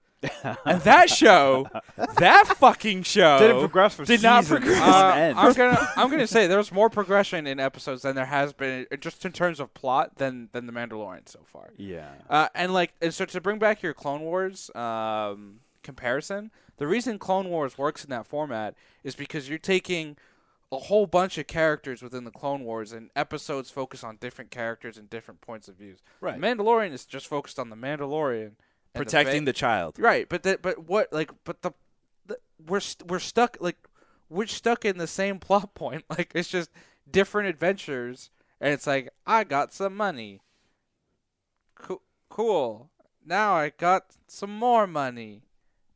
Speaker 1: and that show, that fucking show,
Speaker 3: Didn't progress for
Speaker 1: Oh. did not
Speaker 3: seasons
Speaker 1: progress.
Speaker 3: on
Speaker 2: Uh,
Speaker 3: end.
Speaker 2: I'm gonna I'm gonna say there's more progression in episodes than there has been uh, just in terms of plot than than the Mandalorian so far.
Speaker 3: Yeah.
Speaker 2: Uh, and like, and so to bring back your Clone Wars um, comparison, the reason Clone Wars works in that format is because you're taking a whole bunch of characters within the Clone Wars, and episodes focus on different characters and different points of views.
Speaker 3: Right.
Speaker 2: Mandalorian is just focused on the Mandalorian and the
Speaker 1: protecting
Speaker 2: fa-
Speaker 1: the child.
Speaker 2: Right, but that, but what, like, but the, the we're st- we're stuck like we're stuck in the same plot point. Like it's just different adventures, and it's like I got some money. Coo- cool. Now I got some more money.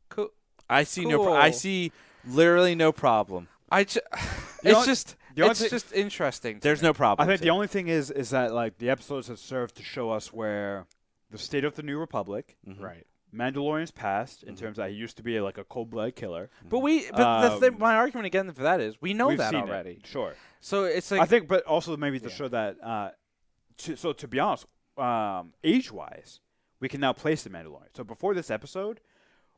Speaker 2: Cool.
Speaker 1: I see no. Pro- I
Speaker 2: Cool.
Speaker 1: see literally no problem.
Speaker 2: I ju-
Speaker 3: The
Speaker 2: it's
Speaker 3: only-
Speaker 2: just
Speaker 3: the only
Speaker 2: it's
Speaker 3: thing-
Speaker 2: just interesting. to
Speaker 1: There's
Speaker 2: me.
Speaker 1: no problem.
Speaker 3: I think the only thing is is that like the episodes have served to show us where the state of the New Republic,
Speaker 2: right.
Speaker 3: Mandalorian's past in terms that he used to be like a cold blooded killer.
Speaker 2: But we but that's the,
Speaker 3: Um,
Speaker 2: my argument again for that is we know
Speaker 3: We've
Speaker 2: that
Speaker 3: seen it,
Speaker 2: already.
Speaker 3: Sure.
Speaker 2: So it's
Speaker 3: I
Speaker 2: like
Speaker 3: think, but also maybe to
Speaker 2: Yeah.
Speaker 3: show that. Uh, to, so to be honest, um, age wise, we can now place the Mandalorian. So before this episode,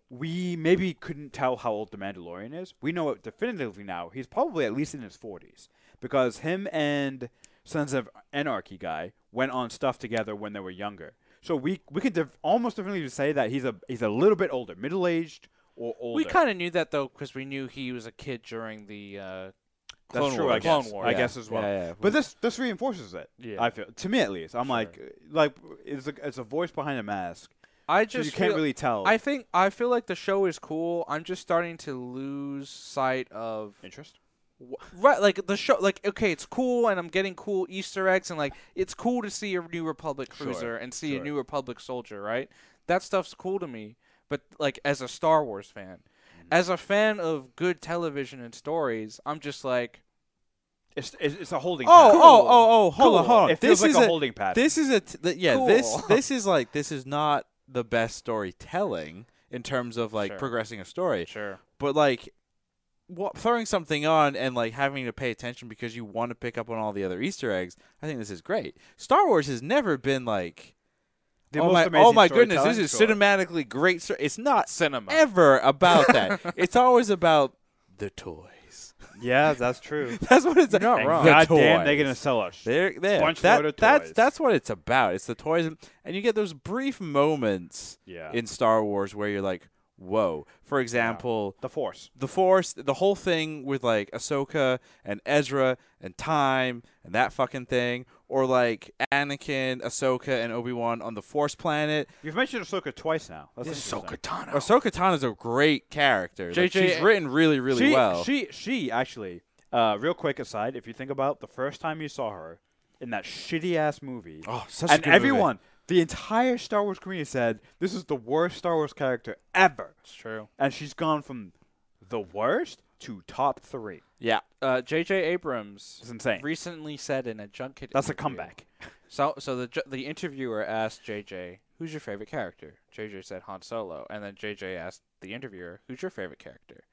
Speaker 3: we maybe couldn't tell how old the Mandalorian is. We know it definitively now. He's probably at least in his forties because him and Sons of Anarchy guy went on stuff together when they were younger. So we we could def- almost definitely say that he's a he's a little bit older, middle aged or older.
Speaker 2: we kind of knew that though because we knew he was a kid during the uh,
Speaker 3: That's
Speaker 2: Clone
Speaker 3: true,
Speaker 2: Wars.
Speaker 3: I guess.
Speaker 2: Clone Wars.
Speaker 3: I
Speaker 1: Yeah.
Speaker 3: guess as well.
Speaker 1: Yeah, yeah.
Speaker 3: But this this reinforces it.
Speaker 2: Yeah.
Speaker 3: I feel to me at least. I'm
Speaker 2: Sure.
Speaker 3: like like it's a it's a voice behind a mask.
Speaker 2: I
Speaker 3: So
Speaker 2: just
Speaker 3: you can't
Speaker 2: feel-
Speaker 3: really tell.
Speaker 2: I think I feel like the show is cool. I'm just starting to lose sight of
Speaker 3: interest.
Speaker 2: wh- right, like the show. Like okay, it's cool, and I'm getting cool Easter eggs, and like it's cool to see a New Republic
Speaker 3: Sure,
Speaker 2: cruiser and see a
Speaker 3: sure.
Speaker 2: New Republic soldier. Right, that stuff's cool to me. But like as a Star Wars fan,
Speaker 3: Mm-hmm.
Speaker 2: as a fan of good television and stories, I'm just like,
Speaker 3: It's it's, it's a holding.
Speaker 1: Oh,
Speaker 3: pattern.
Speaker 1: oh, oh, oh! Hold on,
Speaker 3: Cool.
Speaker 1: hold on.
Speaker 3: It
Speaker 1: this
Speaker 3: feels like
Speaker 1: is
Speaker 3: a holding pattern.
Speaker 1: This is a t- th- yeah. This
Speaker 2: Cool.
Speaker 1: this is like this is not the best storytelling in terms of like
Speaker 2: Sure.
Speaker 1: progressing a story,
Speaker 2: sure,
Speaker 1: but like wha- throwing something on and like having to pay attention because you want to pick up on all the other Easter eggs. I think this is great. Star Wars has never been like
Speaker 3: The
Speaker 1: oh
Speaker 3: most
Speaker 1: my oh
Speaker 3: amazing
Speaker 1: my goodness, this
Speaker 3: storytelling,
Speaker 1: is
Speaker 3: sure.
Speaker 1: cinematically great. Story. It's not
Speaker 2: cinema.
Speaker 1: ever about that. it's always about the toys.
Speaker 3: Yeah, that's true.
Speaker 1: That's what it's
Speaker 2: You're not
Speaker 1: the
Speaker 3: And
Speaker 2: wrong.
Speaker 3: God
Speaker 1: toys.
Speaker 3: damn, they're gonna sell us.
Speaker 1: There, there.
Speaker 3: Bunch
Speaker 1: that,
Speaker 3: load of
Speaker 1: That's
Speaker 3: toys.
Speaker 1: that's what it's about. It's the toys, and, and you get those brief moments
Speaker 3: Yeah.
Speaker 1: in Star Wars where you're like, "Whoa!" For example,
Speaker 3: the Force.
Speaker 1: the Force, the whole thing with like Ahsoka and Ezra and time and that fucking thing, or like Anakin, Ahsoka, and Obi Wan on the Force planet.
Speaker 3: You've mentioned Ahsoka twice now. That's interesting.
Speaker 2: Katana.
Speaker 1: Ahsoka Tano is a great character. Like,
Speaker 2: JJ
Speaker 1: she's written really, really
Speaker 3: she,
Speaker 1: well.
Speaker 3: She she actually. Uh, real quick aside, if you think about the first time you saw her in that shitty ass movie,
Speaker 1: oh, such
Speaker 3: and
Speaker 1: a good movie.
Speaker 3: everyone, the entire Star Wars community said this is the worst Star Wars character ever,
Speaker 2: It's true.
Speaker 3: and she's gone from the worst to top three.
Speaker 1: Yeah,
Speaker 2: Uh, J.J. Abrams
Speaker 3: It's insane.
Speaker 2: recently said in a junket.
Speaker 3: That's a
Speaker 2: interview-
Speaker 3: comeback.
Speaker 2: So, so the ju- the interviewer asked JJ, "Who's your favorite character?" JJ said Han Solo, and then JJ asked the interviewer, "Who's your favorite character?"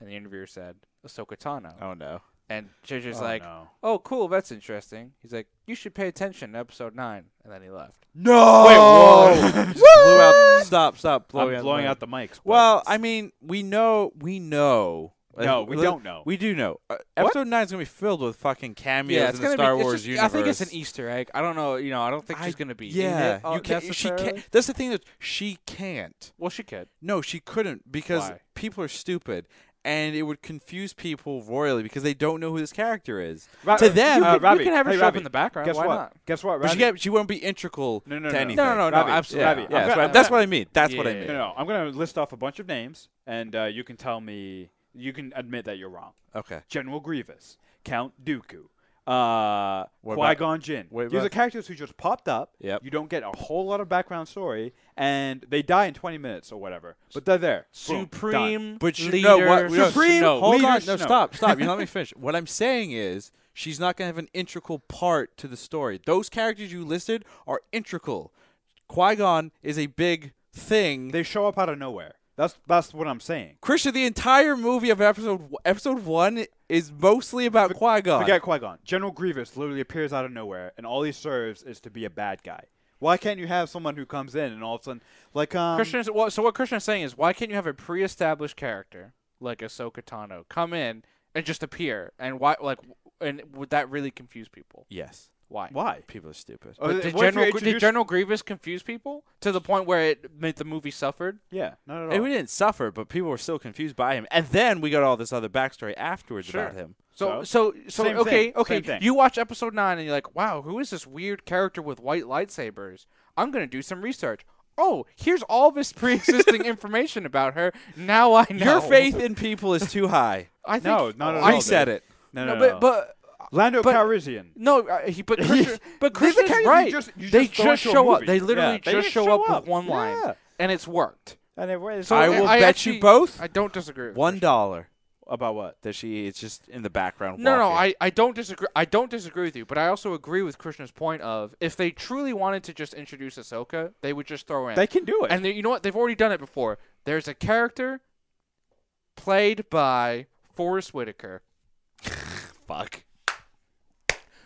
Speaker 2: And the interviewer said Ahsoka Tano.
Speaker 1: Oh no.
Speaker 2: And JJ's
Speaker 3: Oh,
Speaker 2: like,
Speaker 3: no.
Speaker 2: "Oh, cool, that's interesting." He's like, "You should pay attention to episode 9." And then he left.
Speaker 1: No.
Speaker 3: Wait, whoa.
Speaker 1: Just blew out. Stop. Stop. Blowing,
Speaker 3: I'm blowing
Speaker 1: the mic.
Speaker 3: out the mics. but-
Speaker 1: Well, I mean, we know, we know.
Speaker 3: No, we
Speaker 1: li-
Speaker 3: don't know.
Speaker 1: We do know. Uh, episode nine is gonna be filled with fucking cameos
Speaker 2: yeah,
Speaker 1: in
Speaker 2: it's
Speaker 1: the
Speaker 2: gonna
Speaker 1: Star
Speaker 2: be. it's
Speaker 1: Wars
Speaker 2: just-
Speaker 1: universe.
Speaker 2: I think it's an Easter egg. I don't know. You know, I don't think
Speaker 1: I-
Speaker 2: she's gonna be. in
Speaker 1: Yeah,
Speaker 2: it, uh,
Speaker 1: you can't. She
Speaker 2: necessarily.
Speaker 1: can't. That's the thing that she can't.
Speaker 2: Well, she could.
Speaker 1: No, she couldn't because
Speaker 2: Why?
Speaker 1: people are stupid, and it would confuse people royally because they don't know who this character is.
Speaker 3: Ra-
Speaker 1: to them,
Speaker 3: you
Speaker 1: Uh,
Speaker 3: could-
Speaker 2: you
Speaker 3: Robbie,
Speaker 2: can have her
Speaker 3: hey,
Speaker 2: show up
Speaker 3: Robbie,
Speaker 2: in the background.
Speaker 3: Guess
Speaker 2: why
Speaker 3: what?
Speaker 2: not?
Speaker 3: Guess what?
Speaker 1: But she,
Speaker 3: Robbie?
Speaker 1: can't, she won't be integral
Speaker 3: No,
Speaker 1: to
Speaker 3: no, no, no.
Speaker 1: anything.
Speaker 2: No, no, no,
Speaker 3: Robbie,
Speaker 2: no. Absolutely.
Speaker 1: Yeah,
Speaker 3: Robbie,
Speaker 1: yeah,
Speaker 3: I'm
Speaker 1: that's,
Speaker 3: gonna-
Speaker 1: what,
Speaker 3: I'm
Speaker 1: that's
Speaker 3: gonna-
Speaker 1: what I mean. That's what I
Speaker 2: Yeah.
Speaker 1: mean.
Speaker 3: No, no. I'm gonna list off a bunch of names, and uh, you can tell me. You can admit that you're wrong.
Speaker 1: Okay.
Speaker 3: General Grievous, Count Dooku, uh,
Speaker 1: What
Speaker 3: Qui
Speaker 1: about-
Speaker 3: Gon Jinn.
Speaker 1: what
Speaker 3: These
Speaker 1: about-
Speaker 3: are characters who just popped up.
Speaker 1: Yep.
Speaker 3: You don't get a whole lot of background story, and they die in 20 minutes or whatever. But they're there. Boom, done.
Speaker 2: Supreme
Speaker 1: But you
Speaker 2: leader.
Speaker 1: know what? We don't-
Speaker 3: Supreme
Speaker 2: Snoke.
Speaker 1: Hold
Speaker 3: Leader
Speaker 1: on. No,
Speaker 3: Snoke.
Speaker 1: stop, stop. You let me finish. What I'm saying is she's not going to have an integral part to the story. Those characters you listed are integral. Qui Gon is a big thing.
Speaker 3: They show up out of nowhere. That's that's what I'm saying.
Speaker 1: Christian, the entire movie of episode episode one is mostly about Qui Gon.
Speaker 3: Forget Qui Gon. General Grievous literally appears out of nowhere, and all he serves is to be a bad guy. Why can't you have someone who comes in and all of a sudden, like, um,
Speaker 2: Christian. is- what- So what Christian is saying is, why can't you have a pre-established character like Ahsoka Tano come in and just appear? And why, like, and would that really confuse people?
Speaker 1: Yes,
Speaker 2: Why?
Speaker 3: why?
Speaker 1: people are stupid.
Speaker 3: Oh,
Speaker 2: But
Speaker 3: th- what if
Speaker 2: did
Speaker 3: you
Speaker 2: General, did
Speaker 3: introduce-
Speaker 2: General Grievous confuse people to the point where it made the movie suffered?
Speaker 3: Yeah, not at all.
Speaker 1: And we didn't suffer, but people were still confused by him. And then we got all this other backstory afterwards
Speaker 2: Sure.
Speaker 1: about him.
Speaker 2: So so so
Speaker 3: Same
Speaker 2: okay
Speaker 3: thing,
Speaker 2: okay
Speaker 3: same thing.
Speaker 2: you watch episode 9 and you're like wow who is this weird character with white lightsabers I'm going to do some research oh here's all this pre-existing information about her now I know
Speaker 1: Your faith in people is too high.
Speaker 2: I think
Speaker 3: No, not at all.
Speaker 1: I said
Speaker 3: dude.
Speaker 1: it.
Speaker 3: No,
Speaker 2: no,
Speaker 3: no, no.
Speaker 2: but but
Speaker 3: Lando
Speaker 2: but-
Speaker 3: Calrissian.
Speaker 2: no uh, he but Christian, but
Speaker 3: These are
Speaker 2: Christian's
Speaker 3: characters you
Speaker 2: right
Speaker 3: just- you
Speaker 2: they
Speaker 3: just throw into a
Speaker 2: show up
Speaker 3: movie.
Speaker 2: they literally
Speaker 3: Yeah,
Speaker 2: just,
Speaker 3: they just
Speaker 2: show
Speaker 3: show
Speaker 2: up,
Speaker 3: up.
Speaker 2: with one line
Speaker 3: Yeah.
Speaker 2: and it's worked
Speaker 3: And it,
Speaker 2: so
Speaker 1: I will
Speaker 2: I
Speaker 1: bet
Speaker 2: actually-
Speaker 1: you both
Speaker 2: I don't disagree with
Speaker 1: one dollar
Speaker 3: about what?
Speaker 1: that she is just in the background.
Speaker 2: No, no,
Speaker 1: walking.
Speaker 2: I, I don't disagree. I don't disagree with you, but I also agree with Krishna's point of if they truly wanted to just introduce Ahsoka, they would just throw in.
Speaker 3: They can do it.
Speaker 2: and they, you know what? They've already done it before. There's a character played by Forrest Whitaker. Fuck.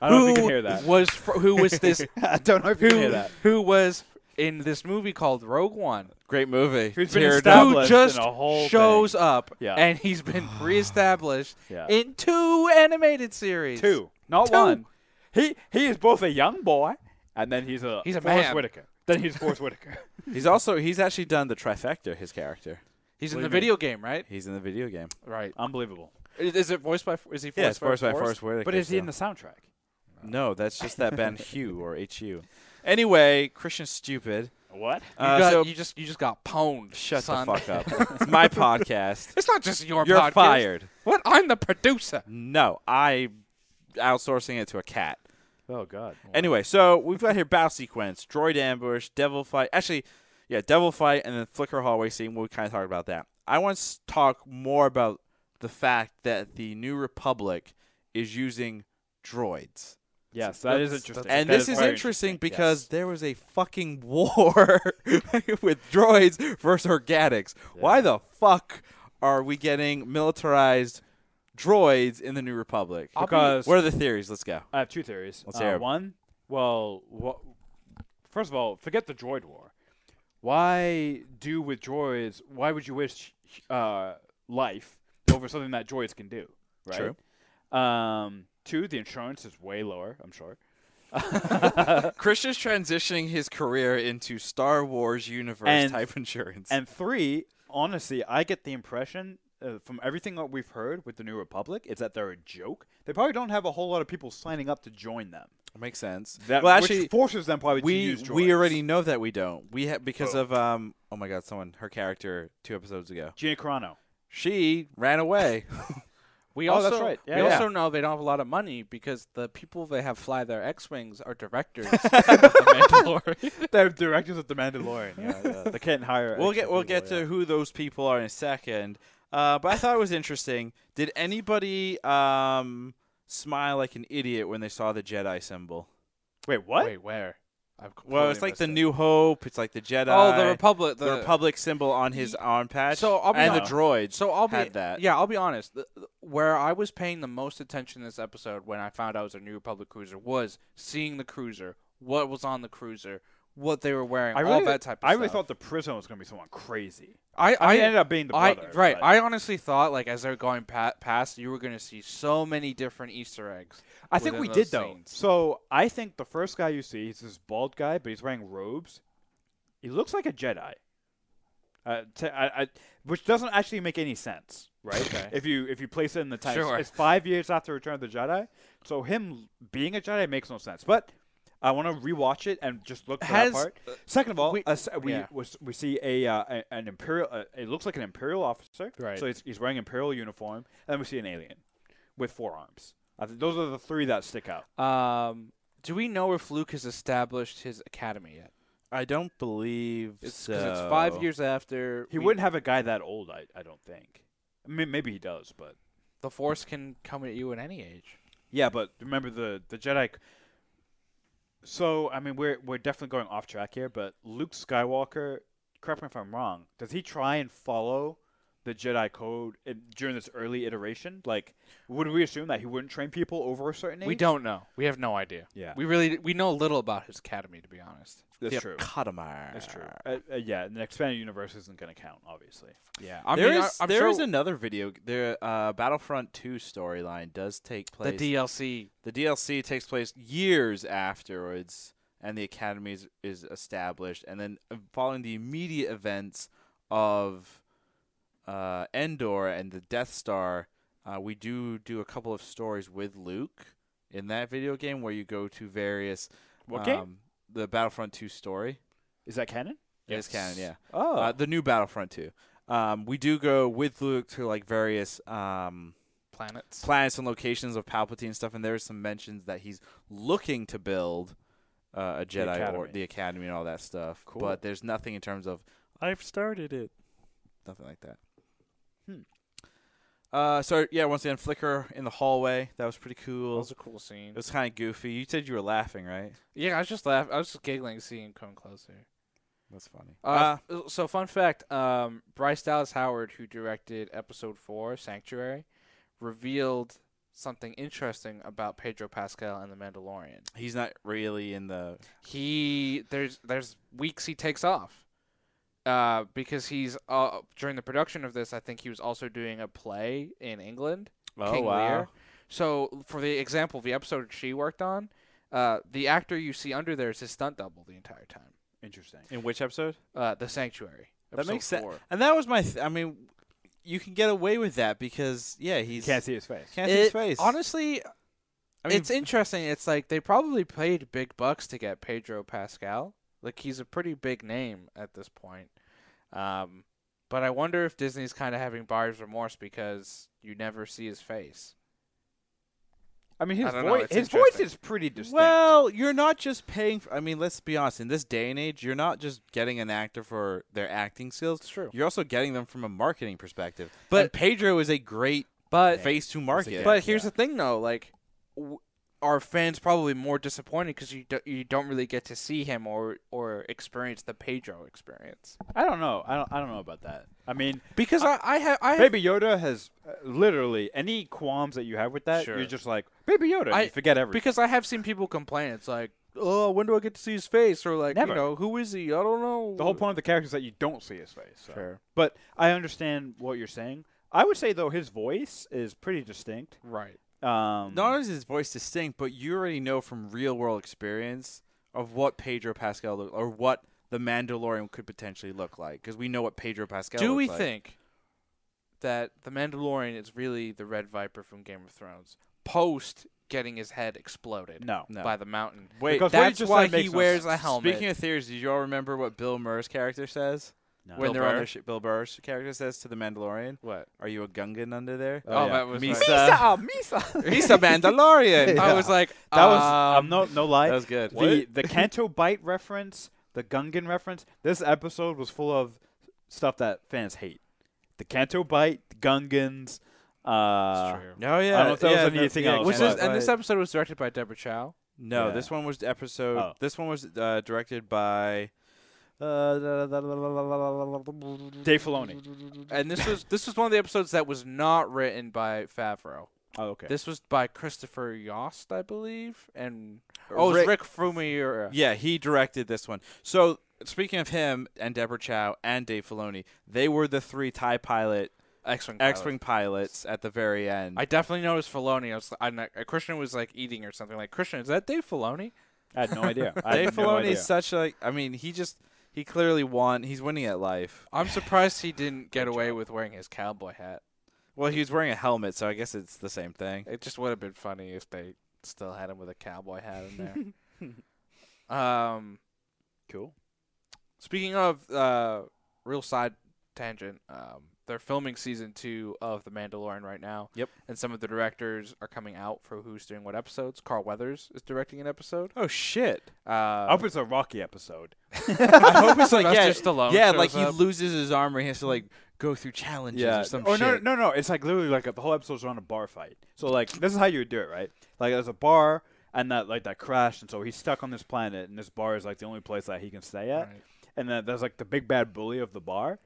Speaker 3: I don't know
Speaker 2: Who
Speaker 3: if you can hear that.
Speaker 2: was fr- who was this
Speaker 3: I don't know if you can hear
Speaker 2: who
Speaker 3: that.
Speaker 2: who was in this movie called Rogue One?
Speaker 1: Great movie.
Speaker 3: Who's been
Speaker 1: Teared up.
Speaker 2: Who
Speaker 3: Established
Speaker 2: just
Speaker 3: in a whole
Speaker 2: shows up
Speaker 3: Yeah.
Speaker 2: and he's been pre-established
Speaker 3: Yeah.
Speaker 2: in two animated series.
Speaker 3: Two, not
Speaker 2: Two.
Speaker 3: one. He he is both a young boy, and then he's a
Speaker 2: He's a
Speaker 3: Forrest
Speaker 2: man.
Speaker 3: Whitaker. Then he's Forrest Whitaker.
Speaker 1: He's also he's actually done the trifecta. His character.
Speaker 2: He's in
Speaker 3: What do
Speaker 2: the
Speaker 3: you mean?
Speaker 2: video game, right?
Speaker 1: He's in the video game.
Speaker 2: Right.
Speaker 3: Unbelievable.
Speaker 2: Is, is it voiced by? Is he voiced
Speaker 1: Yeah, it's Forrest
Speaker 2: by
Speaker 1: by Forrest Whitaker.
Speaker 3: But is he
Speaker 1: so-
Speaker 3: in the soundtrack?
Speaker 1: No, that's just that band Hugh or HU. Anyway, Christian's stupid.
Speaker 3: What?
Speaker 2: You,
Speaker 1: Uh,
Speaker 2: got,
Speaker 1: so
Speaker 2: you just you just got pwned.
Speaker 1: shut
Speaker 2: son.
Speaker 1: the fuck up. it's my podcast.
Speaker 2: It's not just your
Speaker 1: You're
Speaker 2: podcast.
Speaker 1: fired.
Speaker 2: What? I'm the producer.
Speaker 1: No, I outsourcing it to a cat.
Speaker 3: Oh God.
Speaker 1: Anyway, so we've got here battle sequence, droid ambush, devil fight. Actually, yeah, devil fight, and then flicker hallway scene. We kind of talked about that. I want to talk more about the fact that the New Republic is using droids,
Speaker 3: Yes, that is
Speaker 2: That's-
Speaker 3: interesting.
Speaker 1: and
Speaker 3: That
Speaker 1: this is
Speaker 3: very
Speaker 1: interesting because there was a fucking war with droids versus organics. Why the fuck are we getting militarized droids in the New Republic?
Speaker 2: I'll be-
Speaker 3: Because
Speaker 1: What are the theories? Let's go.
Speaker 3: I have two theories.
Speaker 1: Let's
Speaker 3: Uh,
Speaker 1: hear 'em.
Speaker 3: One, well, wha- first of all, forget the droid war. Why do with droids? Why would you wish uh, life over something that droids can do? Right. Um, two, the insurance is way lower. I'm sure.
Speaker 1: Christian's transitioning his career into Star Wars universe
Speaker 3: And-
Speaker 1: type insurance.
Speaker 3: And three, honestly, I get the impression uh, from everything that we've heard with the New Republic is that they're a joke. They probably don't have a whole lot of people signing up to join them.
Speaker 1: makes sense.
Speaker 3: That
Speaker 1: well,
Speaker 3: which
Speaker 1: actually,
Speaker 3: forces them probably to
Speaker 1: we
Speaker 3: use
Speaker 1: we
Speaker 3: droids.
Speaker 1: already know that we don't. We ha- because of um. Oh my God, someone her character two episodes ago.
Speaker 3: Gina Carano.
Speaker 1: She ran away.
Speaker 2: We
Speaker 3: Oh,
Speaker 2: also
Speaker 3: that's right. Yeah,
Speaker 2: we
Speaker 1: yeah.
Speaker 2: also know they don't have a lot of money because the people they have fly their X-wings are directors. of the Mandalorian.
Speaker 3: They're directors of The Mandalorian. Yeah, yeah. they can't hire.
Speaker 1: we'll
Speaker 3: extra
Speaker 1: get we'll
Speaker 3: people,
Speaker 1: get
Speaker 3: yeah.
Speaker 1: to who those people are in a second. Uh, but I thought it was interesting. Did anybody um smile like an idiot when they saw the Jedi symbol?
Speaker 3: Wait, what?
Speaker 2: Wait, where? I've
Speaker 1: Well,
Speaker 2: completely
Speaker 1: it's like
Speaker 2: missed
Speaker 1: the
Speaker 2: it.
Speaker 1: New Hope. It's like the Jedi.
Speaker 2: Oh, the Republic.
Speaker 1: the Republic symbol on his arm patch.
Speaker 2: So, I'll be
Speaker 1: and
Speaker 3: honest.
Speaker 1: the droid.
Speaker 2: So I'll be
Speaker 1: had that.
Speaker 2: yeah. I'll be honest. The, the- where I was paying the most attention this episode when I found out it was a New Republic cruiser was seeing the cruiser, what was on the cruiser, what they were wearing,
Speaker 3: I
Speaker 2: all
Speaker 3: really,
Speaker 2: that type of
Speaker 3: I
Speaker 2: stuff.
Speaker 3: really thought the prison was gonna be someone crazy.
Speaker 2: I
Speaker 3: I,
Speaker 2: I,
Speaker 3: ended up being the
Speaker 2: I-
Speaker 3: brother.
Speaker 2: right.
Speaker 3: but-
Speaker 2: I honestly thought like as they're going pa- past, you were gonna see so many different Easter eggs.
Speaker 3: I think we
Speaker 2: within
Speaker 3: did
Speaker 2: those
Speaker 3: though.
Speaker 2: scenes.
Speaker 3: So I think the first guy you see is this bald guy, but he's wearing robes. He looks like a Jedi. Uh, t- I, I, which doesn't actually make any sense, right?
Speaker 2: Okay.
Speaker 3: If you if you place it in the time,
Speaker 2: Sure.
Speaker 3: it's five years after Return of the Jedi. So him being a Jedi makes no sense. But I want to rewatch it and just look for
Speaker 2: Has-
Speaker 3: that part. Second of all,
Speaker 2: we-
Speaker 3: we we,
Speaker 2: yeah.
Speaker 3: was- we see a, uh, a- an imperial. Uh, it looks like an imperial officer.
Speaker 2: Right.
Speaker 3: So he's, he's wearing imperial uniform, and then we see an alien with four arms. I think those are the three that stick out.
Speaker 2: Um, do we know if Luke has established his academy yet?
Speaker 1: I don't believe
Speaker 2: It's
Speaker 1: so.
Speaker 2: because it's five years after
Speaker 3: He
Speaker 2: we-
Speaker 3: wouldn't have a guy that old, I, I don't think. I mean, maybe he does, but
Speaker 2: The Force can come at you at any age.
Speaker 3: yeah. But remember the the Jedi. c- So I mean, we're we're definitely going off track here, but Luke Skywalker correct me if I'm wrong. Does he try and follow the Jedi code in, during this early iteration? Like, would we assume that he wouldn't train people over a certain age?
Speaker 2: We don't know. We have no idea.
Speaker 3: Yeah.
Speaker 2: We really we know little about his academy to be honest.
Speaker 3: That's
Speaker 1: Yep,
Speaker 3: true.
Speaker 1: Katamar.
Speaker 3: That's true. Uh, uh, yeah, an expanded universe isn't going to count, obviously.
Speaker 2: Yeah. I
Speaker 1: There
Speaker 2: mean, I,
Speaker 1: is-
Speaker 2: I'm
Speaker 1: there
Speaker 2: sure
Speaker 1: is another video. There, uh, Battlefront Two storyline does take
Speaker 2: the
Speaker 1: place.
Speaker 2: DLC
Speaker 1: the DLC takes place years afterwards, and the academy is, is established, and then uh, following the immediate events of uh, Endor and the Death Star, uh, we do do a couple of stories with Luke in that video game where you go to various
Speaker 3: What game
Speaker 1: um, the Battlefront Two story.
Speaker 3: is that canon?
Speaker 1: It is canon, yeah.
Speaker 3: Oh,
Speaker 1: Uh, the new Battlefront 2. Um, we do go with Luke to like various um,
Speaker 2: planets.
Speaker 1: planets and locations of Palpatine and stuff, and there's some mentions that he's looking to build uh, a Jedi or
Speaker 3: Academy.
Speaker 1: the Academy and all that stuff.
Speaker 3: Cool.
Speaker 1: But there's nothing in terms of I've started it, nothing like that.
Speaker 3: Hmm.
Speaker 1: Uh, so yeah, once again, flicker in the hallway. That was pretty
Speaker 2: That
Speaker 1: cool.
Speaker 2: was a cool scene.
Speaker 1: it was kind of goofy. You said you were laughing, right?
Speaker 2: Yeah, I was just laughing. I was just giggling seeing him come closer.
Speaker 1: That's funny.
Speaker 2: Uh, f- so fun fact: um, Bryce Dallas Howard, who directed Episode Four, Sanctuary, revealed something interesting about Pedro Pascal and The Mandalorian.
Speaker 1: he's not really in the
Speaker 2: He there's there's weeks he takes off, uh, because he's uh during the production of this, I think he was also doing a play in England.
Speaker 1: Oh,
Speaker 3: Oh,
Speaker 2: King Lear. So for the example, the episode she worked on, uh, the actor you see under there is his stunt double the entire time.
Speaker 3: interesting.
Speaker 1: In which episode?
Speaker 2: Uh, the Sanctuary.
Speaker 1: That
Speaker 2: episode
Speaker 1: makes sen-
Speaker 2: four.
Speaker 1: And that was my. Th- I mean, you can get away with that because yeah,
Speaker 3: You
Speaker 1: he's
Speaker 3: can't see his face.
Speaker 1: can't see his
Speaker 2: It-
Speaker 1: face.
Speaker 2: Honestly,
Speaker 1: I mean,
Speaker 2: it's interesting. It's like they probably paid big bucks to get Pedro Pascal. Like he's a pretty big name at this point. Um, but I wonder if Disney's kind of having buyer's remorse because you never see his face.
Speaker 3: I mean,
Speaker 2: I
Speaker 3: his
Speaker 2: don't know,
Speaker 3: voice.
Speaker 2: it's
Speaker 3: His voice
Speaker 2: interesting.
Speaker 3: is pretty distinct.
Speaker 1: well, you're not just paying. For, I mean, let's be honest. In this day and age, you're not just getting an actor for their acting skills.
Speaker 2: It's true.
Speaker 1: You're also getting them from a marketing perspective.
Speaker 2: But-
Speaker 1: And Pedro is a great
Speaker 2: But
Speaker 1: face to market.
Speaker 3: Yeah,
Speaker 2: but here's
Speaker 3: yeah.
Speaker 2: the thing though, like w- our fans probably more disappointed because you do, you don't really get to see him or or experience the Pedro experience.
Speaker 3: I don't know. I don't. I don't know about that. I mean,
Speaker 2: Because I I have I have,
Speaker 3: Baby Yoda has uh, literally any qualms that you have with that.
Speaker 2: Sure.
Speaker 3: You're just like Baby Yoda. and
Speaker 2: I-
Speaker 3: you forget everything.
Speaker 2: because I have seen people complain. It's like. Oh, when do I get to see his face? Or like,
Speaker 3: Never.
Speaker 2: you know, who is he? I don't know.
Speaker 3: the whole point of the character is that you don't see his face. so.
Speaker 2: Sure.
Speaker 3: But I understand what you're saying. I would say though his voice is pretty distinct.
Speaker 2: Right. Mm.
Speaker 3: Um,
Speaker 1: not only is his voice distinct, but you already know from real world experience of what Pedro Pascal look, or what the Mandalorian could potentially look like because we know what Pedro Pascal.
Speaker 2: Do
Speaker 1: looks
Speaker 2: we
Speaker 1: like.
Speaker 2: think that the Mandalorian is really the Red Viper from Game of Thrones, post getting his head exploded
Speaker 3: no.
Speaker 1: No.
Speaker 2: by the mountain?
Speaker 1: Wait,
Speaker 3: Because what you
Speaker 2: That's
Speaker 3: just
Speaker 2: why
Speaker 3: said makes
Speaker 2: he
Speaker 3: no
Speaker 2: wears a
Speaker 3: sense.
Speaker 2: helmet.
Speaker 1: Speaking of theories, do you all remember what Bill Murr's character says?
Speaker 3: No.
Speaker 1: When
Speaker 2: Bill
Speaker 1: they're on
Speaker 2: Burr?
Speaker 1: their ship, Bill Burr's character says to the Mandalorian,
Speaker 2: what?
Speaker 1: "Are you a Gungan under there?"
Speaker 3: Oh,
Speaker 2: Oh,
Speaker 3: yeah.
Speaker 2: that was right.
Speaker 1: Misa,
Speaker 3: oh, Misa.
Speaker 1: Misa Mandalorian.
Speaker 2: I
Speaker 3: Yeah.
Speaker 2: was like,
Speaker 3: That was um,
Speaker 2: um,
Speaker 3: no no lie.
Speaker 1: that was good.
Speaker 3: the the Canto Bite reference, the Gungan reference. This episode was full of stuff that fans hate. The Canto Bite, the Gungans. Uh,
Speaker 2: That's true.
Speaker 1: No, Oh, yeah,
Speaker 3: I don't know if that was
Speaker 1: yeah,
Speaker 3: anything
Speaker 1: no,
Speaker 3: else,
Speaker 2: Which
Speaker 1: Which
Speaker 3: but-
Speaker 2: is, and this episode was directed by Deborah Chow.
Speaker 1: no,
Speaker 3: Yeah.
Speaker 1: this one was episode.
Speaker 3: Oh.
Speaker 1: This one was uh, directed by. Uh,
Speaker 3: Dave Filoni.
Speaker 2: And this was this was one of the episodes that was not written by Favreau.
Speaker 3: Oh, okay.
Speaker 2: This was by Christopher Yost, I believe, and oh, it was
Speaker 1: Uh, Rick-
Speaker 2: Rick Frumier.
Speaker 1: Yeah, he directed this one. So speaking of him and Deborah Chow and Dave Filoni, they were the three Tie Pilot
Speaker 2: X-wing. pilot.
Speaker 1: X-wing pilots at the very end.
Speaker 2: I definitely noticed Filoni. I was, I kn- uh, Christian was like eating or something. Like Christian, is that Dave Filoni?
Speaker 3: I had no idea. I
Speaker 1: Dave
Speaker 3: had no
Speaker 1: Filoni
Speaker 3: idea.
Speaker 1: is such a. I mean, he just he clearly won. He's winning at life.
Speaker 2: I'm surprised he didn't get away with wearing his cowboy hat.
Speaker 1: Well, he was wearing a helmet, so I guess it's the same thing.
Speaker 2: It just would have been funny if they still had him with a cowboy hat in there. um,
Speaker 3: cool.
Speaker 2: Speaking of uh, real side tangent, um, they're filming season two of The Mandalorian right now.
Speaker 1: Yep.
Speaker 2: And some of the directors are coming out for who's doing what episodes. Carl Weathers is directing an episode.
Speaker 1: Oh shit!
Speaker 2: Uh,
Speaker 3: I hope it's a Rocky episode.
Speaker 1: I hope it's like yeah,
Speaker 2: Sylvester Stallone
Speaker 1: yeah,
Speaker 2: shows
Speaker 1: like he
Speaker 2: up.
Speaker 1: loses his armor. He has to like go through challenges or some
Speaker 3: Oh
Speaker 1: shit.
Speaker 3: no, no, no! It's like literally like the whole episode's on a bar fight. So like this is how you would do it, right? Like there's a bar and that like that crashed, and so he's stuck on this planet, and this bar is like the only place that he can stay at.
Speaker 2: Right.
Speaker 3: and then there's like the big bad bully of the bar,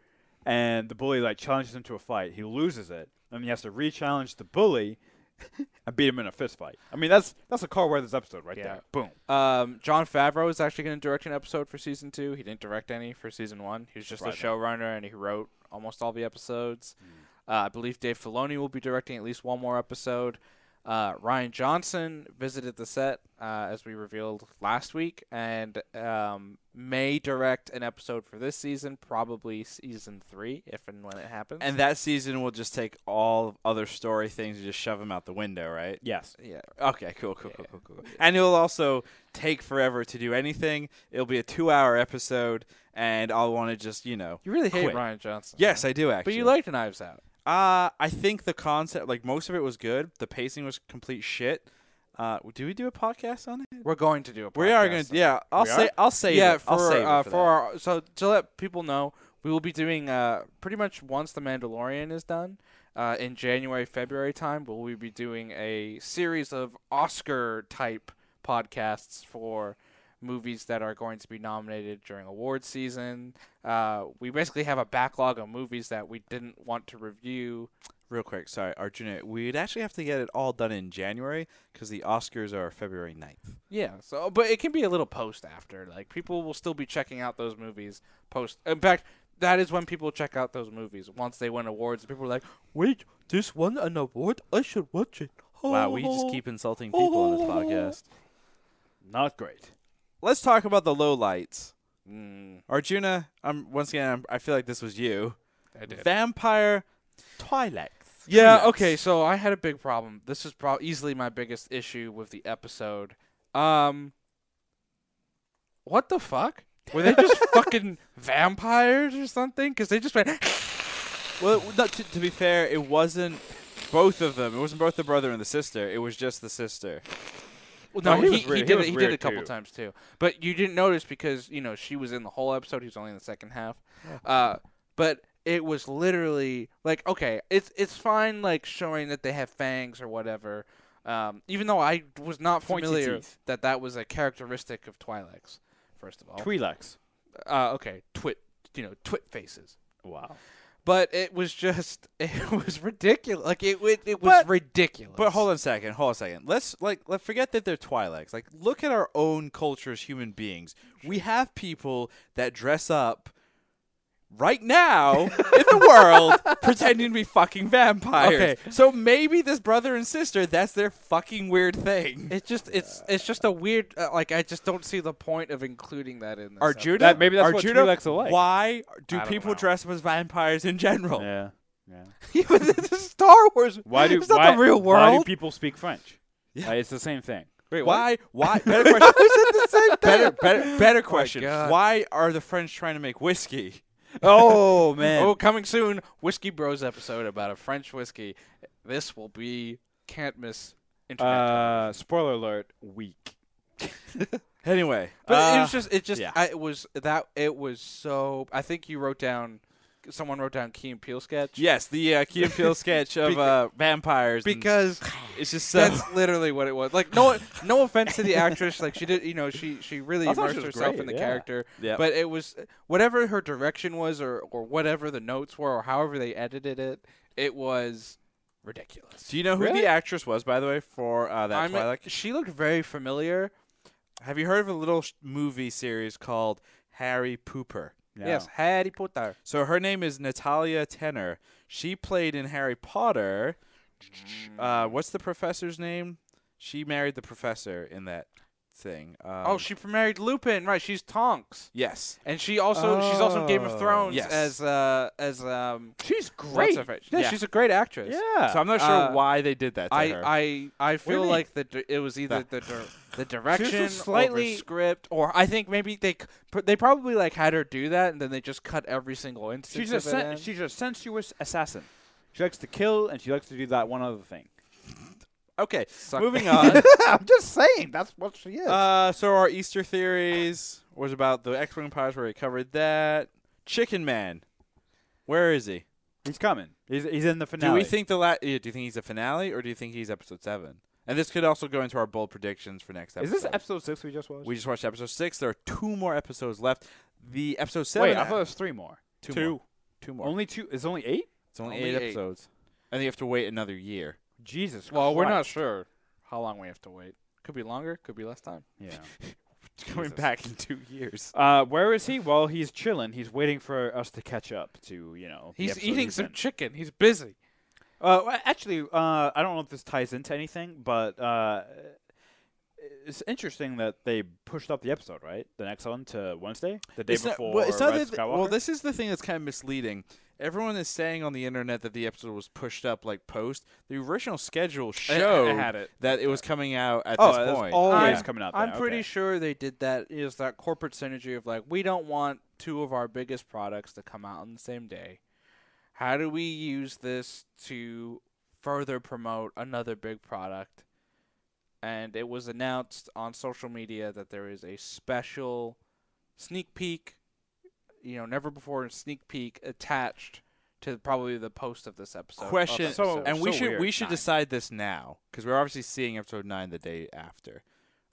Speaker 3: and the bully like challenges him to a fight. He loses it, and he has to re-challenge the bully. and beat him in a fist fight. I mean, that's that's a Carl Weathers episode right
Speaker 2: Yeah.
Speaker 3: there. Boom.
Speaker 2: Um, John Favreau is actually going to direct an episode for season two. He didn't direct any for season one. He was just a
Speaker 3: Surprising.
Speaker 2: showrunner and he wrote almost all the episodes. Uh, I believe Dave Filoni will be directing at least one more episode. Uh, Ryan Johnson visited the set uh, as we revealed last week and um, may direct an episode for this season, probably season three, if and when it happens.
Speaker 1: And that season will just take all other story things and just shove them out the window, right?
Speaker 3: Yes.
Speaker 2: yeah,
Speaker 1: Okay, cool, cool, cool, cool, cool. cool. And it'll also take forever to do anything. It'll be a two-hour episode, and I'll want to just, you know.
Speaker 2: you really hate
Speaker 1: Quit.
Speaker 2: Ryan Johnson.
Speaker 1: Yes,
Speaker 2: huh?
Speaker 1: I do actually.
Speaker 2: but you liked Knives Out.
Speaker 1: Uh, I think the concept, like most of it, was good. The pacing was complete shit. Uh, do we do a podcast on it?
Speaker 2: We're going to do a. Podcast
Speaker 1: We are gonna.
Speaker 2: on
Speaker 1: Yeah, I'll
Speaker 3: We
Speaker 1: say.
Speaker 3: are?
Speaker 1: I'll say.
Speaker 2: yeah,
Speaker 1: it.
Speaker 2: for
Speaker 1: I'll save it
Speaker 2: uh,
Speaker 1: for,
Speaker 2: for our so to let people know, we will be doing uh pretty much once the Mandalorian is done, uh in January February time, will we be doing a series of Oscar type podcasts for movies that are going to be nominated during award season. Uh, we basically have a backlog of movies that we didn't want to review.
Speaker 1: that. real quick. Sorry, Arjuna. We'd actually have to get it all done in January because the Oscars are February 9th.
Speaker 2: Yeah, so but it can be a little post after. Like people will still be checking out those movies post. In fact, that is when people check out those movies once they win awards. People are like, "Wait, this won an award? I should watch it." Oh.
Speaker 1: Wow, we just keep insulting people on this podcast.
Speaker 3: Not great.
Speaker 1: Let's talk about the lowlights.
Speaker 2: Mm,
Speaker 1: Arjuna, I'm once again. I'm, I feel like this was you.
Speaker 2: I did.
Speaker 1: Vampire Twilight.
Speaker 2: Yeah,
Speaker 1: Yes.
Speaker 2: okay, so I had a big problem. This is probably easily my biggest issue with the episode. Um What the fuck? Were they just fucking vampires or something? Cuz they just went
Speaker 1: Well, it- no, to, to be fair, it wasn't both of them. It wasn't both the brother and the sister. It was just the sister.
Speaker 2: Well,
Speaker 3: No,
Speaker 2: no,
Speaker 3: he
Speaker 2: he,
Speaker 3: was
Speaker 2: he,
Speaker 3: weird. He
Speaker 2: did
Speaker 3: was
Speaker 2: it, he did it a
Speaker 3: weird,
Speaker 2: couple
Speaker 3: too.
Speaker 2: times too. But you didn't notice because you know she was in the whole episode. He was only in the second half. Uh, but it was literally like okay, it's it's fine like showing that they have fangs or whatever. Um, even though I was not
Speaker 3: Pointy
Speaker 2: familiar
Speaker 3: teeth.
Speaker 2: that that was a characteristic of Twi'leks. First of all,
Speaker 3: Twi'leks.
Speaker 2: uh, okay, twit, you know, twit faces.
Speaker 3: Wow.
Speaker 2: But it was just it was ridiculous. Like it it, it was
Speaker 1: But-
Speaker 2: ridiculous.
Speaker 1: But hold on a second. Hold on a second. Let's like let forget that they're Twi'leks. Like look at our own culture as human beings. We have people that dress up right now in the world pretending to be fucking vampires.
Speaker 2: Okay.
Speaker 1: So maybe this brother and sister, that's their fucking weird thing.
Speaker 2: It's just it's it's just a weird uh, like I just don't see the point of including that in this.
Speaker 1: Arjuna,
Speaker 3: That- maybe that's what
Speaker 1: Arjuna,
Speaker 3: Twi'leks are like.
Speaker 1: Why do
Speaker 2: I don't
Speaker 1: people
Speaker 2: know.
Speaker 1: dress up as vampires in general?
Speaker 3: Yeah. Yeah.
Speaker 2: episode. this is Star Wars.
Speaker 3: Why do
Speaker 2: it's not
Speaker 3: why,
Speaker 2: the real
Speaker 3: why do
Speaker 2: world?
Speaker 3: people speak French?
Speaker 1: Yeah.
Speaker 3: Uh, it's the same thing.
Speaker 2: Wait,
Speaker 1: Why? Why? Better question.
Speaker 2: Is it the same
Speaker 1: better,
Speaker 2: thing?
Speaker 1: better, better question.
Speaker 2: God.
Speaker 1: Why are the French trying to make whiskey?
Speaker 3: Oh man.
Speaker 2: Oh, coming soon, Whiskey Bros episode about a French whiskey. This will be can't miss. internet time.
Speaker 3: Uh, spoiler alert. Weak.
Speaker 1: Anyway,
Speaker 2: But it
Speaker 1: uh,
Speaker 2: was just it just
Speaker 1: yeah.
Speaker 2: I, it was that it was so. I think you wrote down. Someone wrote down Key and Peele sketch.
Speaker 1: yes, the uh, Key and Peele sketch of
Speaker 2: Beca-
Speaker 1: uh, vampires. and
Speaker 2: Because
Speaker 1: it's just so.
Speaker 2: That's literally what it was. Like no, no offense to the actress. Like she did, you know, she she really
Speaker 3: I thought
Speaker 2: immersed
Speaker 3: she was
Speaker 2: herself
Speaker 3: great,
Speaker 2: in the
Speaker 3: yeah.
Speaker 2: character.
Speaker 1: Yep.
Speaker 2: But it was whatever her direction was, or or whatever the notes were, or however they edited it. It was ridiculous.
Speaker 1: Do you know who
Speaker 3: Really?
Speaker 1: the actress was, by the way, for uh, that
Speaker 2: I'm-
Speaker 1: Twilight?
Speaker 2: She looked very familiar.
Speaker 1: Have you heard of a little sh- movie series called Harry Pooper?
Speaker 3: No.
Speaker 2: Yes, Harry Potter.
Speaker 1: So her name is Natalia Tenner. She played in Harry Potter. Uh, what's the professor's name? She married the professor in that thing. Um,
Speaker 2: oh, she married Lupin, right? She's Tonks,
Speaker 1: yes.
Speaker 2: and she also she's also in Game
Speaker 3: Oh.
Speaker 2: of Thrones
Speaker 1: Yes.
Speaker 2: as uh as um.
Speaker 3: She's
Speaker 2: what's
Speaker 3: great.
Speaker 2: her face? Yeah,
Speaker 1: Yeah.
Speaker 2: she's a great actress.
Speaker 3: Yeah.
Speaker 1: So I'm not sure
Speaker 2: Uh,
Speaker 1: why they did that. To her.
Speaker 2: I, I I
Speaker 3: do you
Speaker 2: feel
Speaker 3: mean?
Speaker 2: like the di- it was either the dir- the direction or
Speaker 3: slightly-
Speaker 2: the script or I think maybe they c- pr- they probably like had her do that and then they just cut every single instance.
Speaker 3: she's a
Speaker 2: of it
Speaker 3: sen-
Speaker 2: in.
Speaker 3: she's a sensuous assassin. She likes to kill and she likes to do that one other thing.
Speaker 1: Okay,
Speaker 2: Suck-
Speaker 1: moving on.
Speaker 3: I'm just saying that's what she is.
Speaker 1: uh, so our Easter theories was about the X-wing pilots. where we covered that. Chicken Man, where is he?
Speaker 3: he's coming. He's, he's in the
Speaker 1: Do
Speaker 3: finale.
Speaker 1: we think the la- yeah, Do you think he's a finale, or do you think he's episode seven? And this could also go into our bold predictions for next
Speaker 3: Is
Speaker 1: episode.
Speaker 3: this episode six we just watched?
Speaker 1: we just watched episode six. There are two more episodes left. the episode seven.
Speaker 3: Wait, I
Speaker 1: act-
Speaker 3: thought it was three more.
Speaker 1: two,
Speaker 2: two.
Speaker 1: more. Two more.
Speaker 3: Only two. It's only eight.
Speaker 1: it's only,
Speaker 2: only
Speaker 1: eight,
Speaker 2: eight.
Speaker 1: episodes, and you have to wait another year.
Speaker 3: Jesus.
Speaker 2: Well, we're not
Speaker 3: Christ.
Speaker 2: sure how long we have to wait. Could be longer. Could be less time.
Speaker 3: Yeah.
Speaker 1: Coming
Speaker 3: Jesus.
Speaker 1: back in two years.
Speaker 3: Uh, where is he? Well, he's chilling. He's waiting for us to catch up to, you know. the
Speaker 2: He's
Speaker 3: episode
Speaker 2: eating
Speaker 3: he's
Speaker 2: some
Speaker 3: in.
Speaker 2: chicken. He's busy.
Speaker 3: Uh, well, actually, uh, I don't know if this ties into anything, but uh, it's interesting that they pushed up the episode, right? The next one to Wednesday, the day
Speaker 1: It's not-
Speaker 3: before
Speaker 1: well, it's not
Speaker 3: Rise
Speaker 1: that
Speaker 3: of
Speaker 1: th-
Speaker 3: Skywalker.
Speaker 1: well, this is the thing that's kind of misleading. Everyone is saying on the internet that the episode was pushed up like post. The original schedule showed
Speaker 2: had it.
Speaker 1: that it was coming out at
Speaker 3: oh,
Speaker 1: this
Speaker 3: that's
Speaker 1: point.
Speaker 3: always
Speaker 2: I'm-
Speaker 3: coming up.
Speaker 2: I'm pretty sure they did that. Is that corporate synergy of like we don't want two of our biggest products to come out on the same day? How do we use this to further promote another big product? And it was announced on social media that there is a special sneak peek, you know, never before sneak peek attached to probably the post of this episode. of
Speaker 1: Question-
Speaker 3: So-
Speaker 2: episode
Speaker 1: and we
Speaker 3: so
Speaker 1: should
Speaker 3: weird.
Speaker 1: we should
Speaker 2: Nine.
Speaker 1: decide this now because we're obviously seeing episode nine the day after.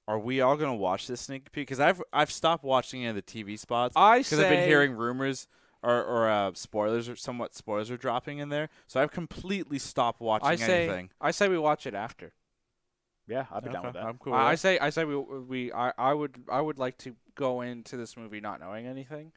Speaker 1: Are we all gonna watch this sneak peek? Because I've I've stopped watching any of the TV spots
Speaker 2: I
Speaker 1: because I've been
Speaker 2: say-
Speaker 1: hearing rumors or or uh, spoilers or somewhat spoilers are dropping in there. So I've completely stopped watching
Speaker 2: I say
Speaker 1: anything.
Speaker 2: I say we watch it after.
Speaker 3: Yeah, I'd be down
Speaker 1: Okay,
Speaker 3: with that.
Speaker 1: I'm cool. with
Speaker 2: I, I
Speaker 1: that.
Speaker 2: say I say we we I, I would I would like to go into this movie not knowing anything,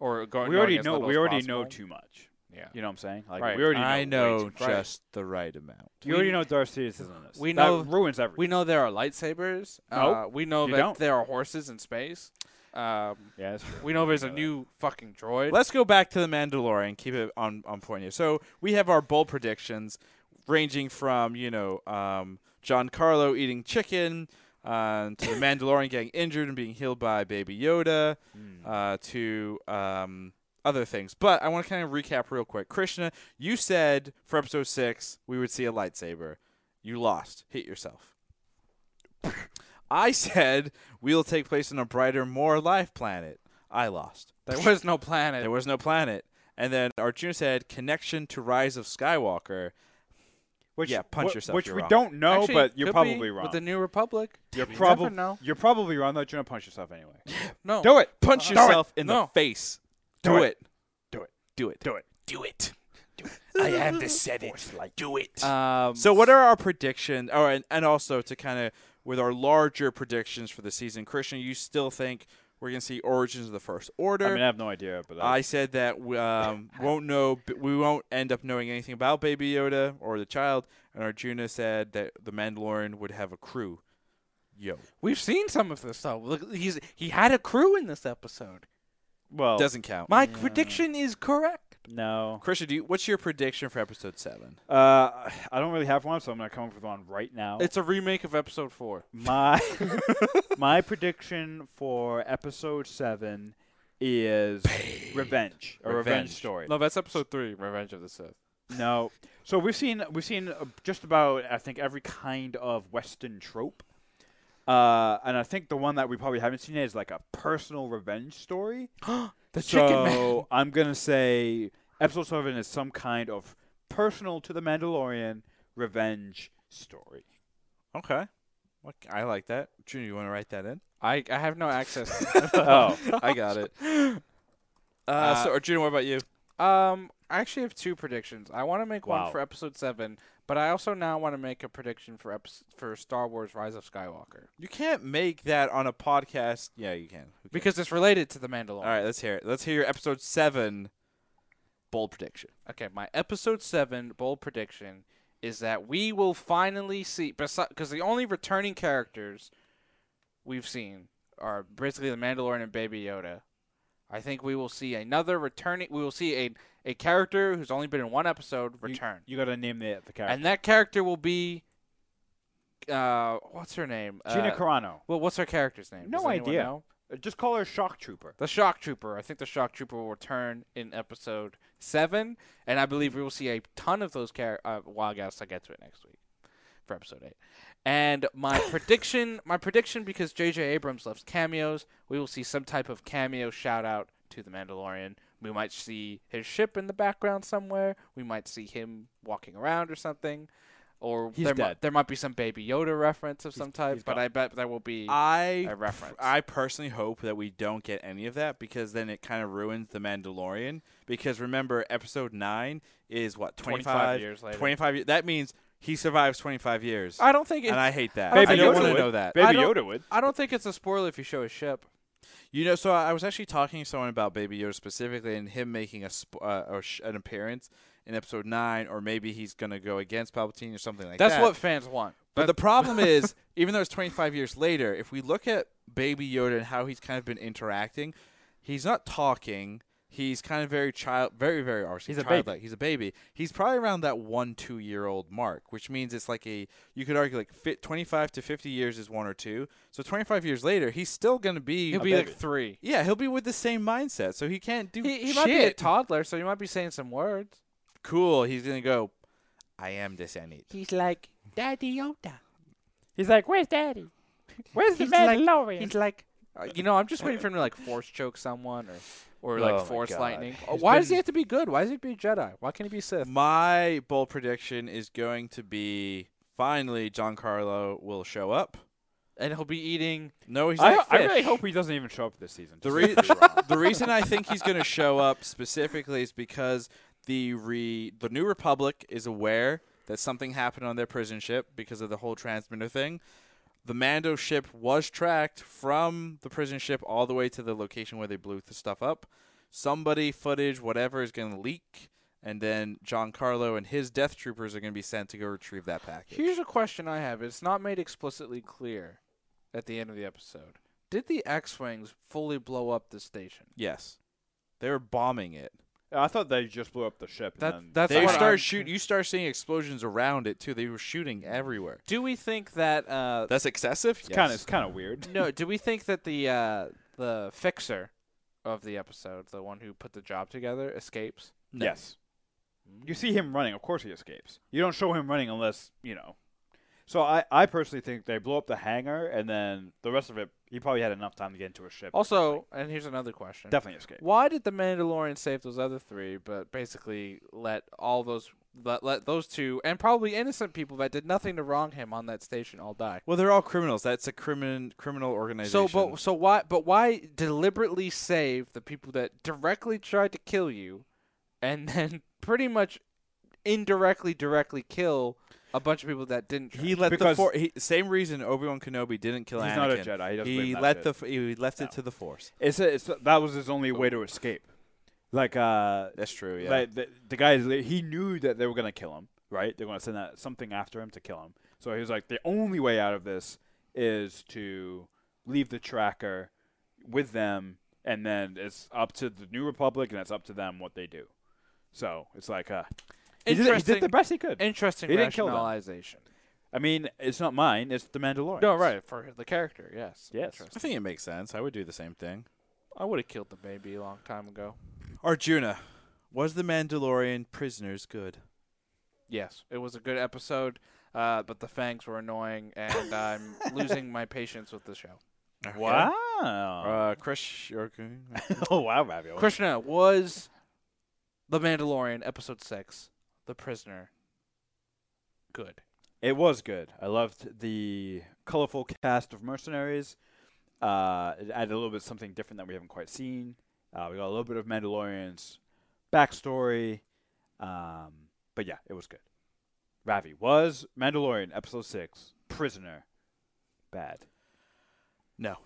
Speaker 2: or go.
Speaker 3: we
Speaker 2: knowing
Speaker 3: already
Speaker 2: as
Speaker 3: know.
Speaker 2: little
Speaker 3: We
Speaker 2: as
Speaker 3: already
Speaker 2: possible.
Speaker 3: know too much.
Speaker 2: Yeah.
Speaker 3: You know what I'm saying? Like
Speaker 2: Right.
Speaker 3: we already.
Speaker 1: I
Speaker 3: know. way
Speaker 1: know
Speaker 3: too-
Speaker 2: right.
Speaker 1: just the right amount.
Speaker 3: You already know Darth Sidious is in this.
Speaker 2: we
Speaker 3: That
Speaker 2: know-
Speaker 3: ruins everything.
Speaker 2: We know there are lightsabers. Uh,
Speaker 3: Nope,
Speaker 2: we know
Speaker 3: you
Speaker 2: that
Speaker 3: don't.
Speaker 2: there are horses in space. Um,
Speaker 3: Yeah, that's true.
Speaker 2: we know there's a
Speaker 3: that.
Speaker 2: new fucking droid.
Speaker 1: Let's go back to the Mandalorian. Keep it on on point here. So we have our bold predictions, ranging from you know um, John Carlo eating chicken. Uh, to the Mandalorian getting injured and being healed by Baby Yoda, uh, to um, other things. But I want to kind of recap real quick. Krishna, you said for episode six we would see a lightsaber. You lost. Hit yourself. I said we'll take place on a brighter, more life planet. I lost.
Speaker 2: there was no planet.
Speaker 1: There was no planet. And then Arjuna said connection to Rise of Skywalker.
Speaker 3: Which,
Speaker 1: Yeah, punch
Speaker 3: wh-
Speaker 1: yourself,
Speaker 3: Which
Speaker 1: you're
Speaker 3: we
Speaker 1: wrong.
Speaker 3: don't know,
Speaker 2: Actually,
Speaker 3: but you're
Speaker 2: could be
Speaker 3: probably wrong.
Speaker 2: With the New Republic,
Speaker 3: You're
Speaker 2: You
Speaker 3: probably
Speaker 2: never know.
Speaker 3: you're probably wrong. though. You're gonna punch yourself anyway.
Speaker 2: No,
Speaker 3: Do it.
Speaker 1: Punch
Speaker 3: Do it.
Speaker 1: yourself in the
Speaker 2: No.
Speaker 1: face.
Speaker 3: Do
Speaker 1: Do
Speaker 3: it.
Speaker 1: it.
Speaker 3: Do it.
Speaker 1: Do it.
Speaker 3: Do it.
Speaker 1: Do it. I am the Senate. Do it.
Speaker 2: Um,
Speaker 1: so, what are our predictions? Oh, and, and also to kind of with our larger predictions for the season, Christian, you still think we're going to see Origins of the First Order?
Speaker 3: I mean, I have no idea, but uh, that-
Speaker 1: I said that we um, won't know. b- We won't end up knowing anything about Baby Yoda or the child. And Arjuna said that the Mandalorian would have a crew. Yo,
Speaker 2: we've seen some of this though. Look, he's he had a crew in this episode.
Speaker 3: well,
Speaker 1: doesn't count.
Speaker 2: My prediction is correct.
Speaker 3: no.
Speaker 1: Christian, do you, what's your prediction for episode seven?
Speaker 3: Uh, I don't really have one, so I'm gonna come up with one right now.
Speaker 2: It's a remake of Episode Four.
Speaker 3: my my prediction for episode seven is revenge, a revenge,
Speaker 1: Revenge.
Speaker 3: story.
Speaker 2: No, that's Episode Three, Revenge of the Sith.
Speaker 3: No, so we've seen we've seen uh, just about I think every kind of Western trope. Uh, and I think the one that we probably haven't seen yet is like a personal revenge story.
Speaker 2: The
Speaker 3: so
Speaker 2: Chicken Man.
Speaker 3: I'm gonna say episode seven is some kind of personal to the Mandalorian revenge story.
Speaker 1: Okay, Okay, I like that. Junior, you want to write that in?
Speaker 2: I, I have no access.
Speaker 3: oh,
Speaker 1: I got it. Uh, so, Arjuna, what about you?
Speaker 2: um, I actually have two predictions. I want to make
Speaker 3: Wow.
Speaker 2: one for Episode Seven, but I also now want to make a prediction for epi- for Star Wars: Rise of Skywalker
Speaker 1: You can't make that on a podcast. Yeah, you can. Who cares?
Speaker 2: because it's related to the Mandalorian.
Speaker 1: all right, let's hear it. Let's hear your episode seven bold prediction.
Speaker 2: Okay, my Episode Seven bold prediction is that we will finally see because the only returning characters we've seen are basically the Mandalorian and Baby Yoda. I think we will see another returning. We will see a a character who's only been in one episode return.
Speaker 3: You, gotta name the the character.
Speaker 2: and that character will be uh what's her name
Speaker 3: Gina
Speaker 2: uh,
Speaker 3: Carano.
Speaker 2: well what's her character's name
Speaker 3: No
Speaker 2: Does anyone
Speaker 3: idea.
Speaker 2: know?
Speaker 3: Uh, Just call her Shock Trooper.
Speaker 2: the shock trooper i think the shock trooper will return in episode seven and i believe we will see a ton of those characters uh, well i guess i'll get to it next week for episode eight and my prediction my prediction because jj abrams loves cameos we will see some type of cameo shout out to the mandalorian we might see his ship in the background somewhere we might see him walking around or something or
Speaker 3: He's
Speaker 2: there, mi-
Speaker 3: dead.
Speaker 2: there might be some Baby Yoda reference of some type,
Speaker 3: he's
Speaker 2: but
Speaker 3: gone.
Speaker 2: I bet there will be.
Speaker 1: I
Speaker 2: a reference.
Speaker 1: I personally hope that we don't get any of that because then it kind of ruins the Mandalorian. Because remember, Episode Nine is what
Speaker 2: 25
Speaker 1: 25,
Speaker 2: years later.
Speaker 1: 25 ye- That means he survives 25 years,
Speaker 2: I don't think it's.
Speaker 1: and I hate that.
Speaker 2: Baby
Speaker 1: I don't
Speaker 2: Yoda
Speaker 1: want to
Speaker 3: would.
Speaker 1: know that.
Speaker 2: I
Speaker 3: Baby
Speaker 2: don't-
Speaker 3: Yoda would.
Speaker 2: I don't think it's a spoiler if you show a ship.
Speaker 1: You know, so I I was actually talking to someone about Baby Yoda specifically, and him making a sp- uh, or sh- an appearance in Episode Nine, or maybe he's gonna go against Palpatine or something like
Speaker 2: That's
Speaker 1: that.
Speaker 2: what fans want.
Speaker 1: But the problem is, even though it's 25 years later, if we look at Baby Yoda and how he's kind of been interacting, he's not talking. He's kind of very child, very very obviously
Speaker 3: He's a baby.
Speaker 1: childlike. He's a baby. He's probably around that one two year old mark, which means it's like a you could argue like fit 25 to 50 years is one or two. So 25 years later, he's still gonna be
Speaker 2: He'll
Speaker 1: a
Speaker 2: be
Speaker 1: baby.
Speaker 2: like three.
Speaker 1: Yeah, he'll be with the same mindset, so he can't do
Speaker 2: He, he
Speaker 1: shit.
Speaker 2: might be a toddler, so he might be saying some words.
Speaker 1: cool. He's gonna go. I am this E Anit.
Speaker 4: He's like, Daddy Yoda.
Speaker 3: He's like, wait.
Speaker 4: Where's Daddy? Where's
Speaker 2: He's
Speaker 4: the
Speaker 2: like-
Speaker 4: Mandalorian?
Speaker 2: He's like, uh, you know, I'm just waiting for him to like force choke someone or, or
Speaker 3: Oh
Speaker 2: like
Speaker 3: my
Speaker 2: force
Speaker 3: God.
Speaker 2: lightning. Uh,
Speaker 3: He's
Speaker 2: Why does he
Speaker 3: been-
Speaker 2: have to be good? Why does he have to be a Jedi? Why can't he be Sith?
Speaker 1: My bold prediction is going to be finally Giancarlo will show up.
Speaker 2: And he'll be eating.
Speaker 1: No, he's
Speaker 3: I,
Speaker 1: not.
Speaker 3: I
Speaker 1: fish.
Speaker 3: really hope he doesn't even show up this season.
Speaker 1: The
Speaker 3: Just
Speaker 1: re-
Speaker 3: to be wrong.
Speaker 1: the reason I think he's going to show up specifically is because the re- the New Republic is aware that something happened on their prison ship because of the whole transmitter thing. The Mando ship was tracked from the prison ship all the way to the location where they blew the stuff up. Somebody, footage, whatever is going to leak, and then Giancarlo and his death troopers are going to be sent to go retrieve that package.
Speaker 2: Here's a question I have. It's not made explicitly clear at the end of the episode. Did the X-wings fully blow up the station?
Speaker 1: yes, they were bombing it.
Speaker 3: I thought they just blew up the ship.
Speaker 2: That-
Speaker 3: and then
Speaker 2: that's
Speaker 1: They
Speaker 2: what I'm-
Speaker 1: start shoot. You start seeing explosions around it too. They were shooting everywhere.
Speaker 2: Do we think that? Uh,
Speaker 1: That's excessive.
Speaker 3: It's kind of it's kind of weird.
Speaker 2: no. Do we think that the uh, the fixer of the episode, the one who put the job together, escapes?
Speaker 3: Yes. You see him running. Of course he escapes. You don't show him running unless you know. So I, I personally think they blow up the hangar and then the rest of it. He probably had enough time to get into a ship. or
Speaker 2: Also, and here's another question.
Speaker 3: something. definitely escape.
Speaker 2: Why did the Mandalorian save those other three, but basically let all those let, let those two and probably innocent people that did nothing to wrong him on that station all die?
Speaker 1: Well, they're all criminals. That's a crimin criminal organization.
Speaker 2: So, but so why? But why deliberately save the people that directly tried to kill you, and then pretty much indirectly, directly kill a bunch of people that didn't. Try.
Speaker 1: he let the
Speaker 3: Because-
Speaker 1: for- he, same reason Obi Wan Kenobi didn't kill
Speaker 3: He's
Speaker 1: Anakin.
Speaker 3: not a Jedi. He doesn't
Speaker 1: He,
Speaker 3: believe in that
Speaker 1: let
Speaker 3: shit.
Speaker 1: the f- he left
Speaker 3: No.
Speaker 1: it to the Force.
Speaker 3: It's, a, it's a- that was his only way to escape. Like uh,
Speaker 1: That's true. Yeah.
Speaker 3: like the, the guy he knew that they were gonna kill him. Right? They're gonna send that something after him to kill him. So he was like, the only way out of this is to leave the tracker with them, and then it's up to the New Republic, and it's up to them what they do. So it's like uh, he did, he
Speaker 2: interesting,
Speaker 3: did the best he could.
Speaker 2: interesting
Speaker 3: He didn't kill them.
Speaker 2: rationalization.
Speaker 3: I mean, it's not mine. It's the Mandalorian.
Speaker 2: No, right for the character, yes.
Speaker 3: Yes.
Speaker 2: Interesting.
Speaker 1: I think it makes sense. I would do the same thing.
Speaker 2: I would have killed the baby a long time ago.
Speaker 1: Arjuna, was the Mandalorian prisoners good?
Speaker 2: Yes, it was a good episode, uh, but the fangs were annoying, and I'm losing my patience with the show.
Speaker 1: What?
Speaker 3: Wow.
Speaker 1: Uh, Chris. you're okay?
Speaker 3: oh wow, Ravioli.
Speaker 2: Krishna was the Mandalorian, episode six, the prisoner. Good.
Speaker 3: It was good. I loved the colorful cast of mercenaries. Uh, it added a little bit something different that we haven't quite seen. Uh, we got a little bit of Mandalorian's backstory. Um, but yeah, it was good. Ravi was Mandalorian episode six prisoner. Bad.
Speaker 1: No.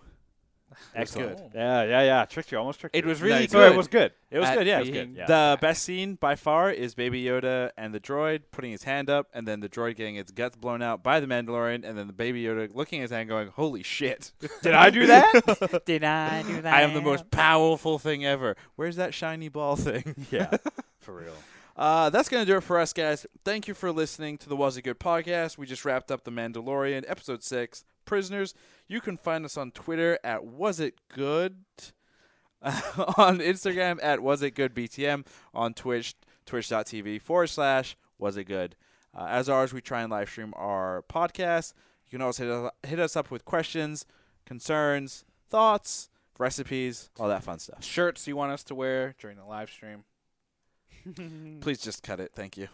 Speaker 1: was
Speaker 3: Excellent.
Speaker 2: good.
Speaker 3: Yeah, yeah, yeah. Tricked you. Almost tricked
Speaker 2: It
Speaker 3: you.
Speaker 2: was really
Speaker 1: Nice.
Speaker 3: So
Speaker 2: good.
Speaker 3: it was good. It was
Speaker 2: At
Speaker 3: good. Yeah, it was
Speaker 2: being
Speaker 3: good. Yeah.
Speaker 1: The best scene by far is Baby Yoda and the droid putting his hand up, and then the droid getting its guts blown out by the Mandalorian, and then the Baby Yoda looking at his hand, going, "Holy shit!
Speaker 3: Did I do that?
Speaker 4: Did I do that?
Speaker 1: I am the most powerful thing ever." Where's that shiny ball thing?
Speaker 3: yeah. For real.
Speaker 1: Uh, that's gonna do it for us, guys. Thank you for listening to the Was It Good podcast. We just wrapped up the Mandalorian episode six, Prisoners. You can find us on Twitter at Was It Good, on Instagram at Was It Good BTM, on Twitch twitch.tv forward slash Was It Good. Uh, as always, we try and live stream our podcast. You can also hit us, hit us up with questions, concerns, thoughts, recipes, all that fun stuff.
Speaker 2: Shirts you want us to wear during the live stream?
Speaker 1: Please just cut it. Thank you.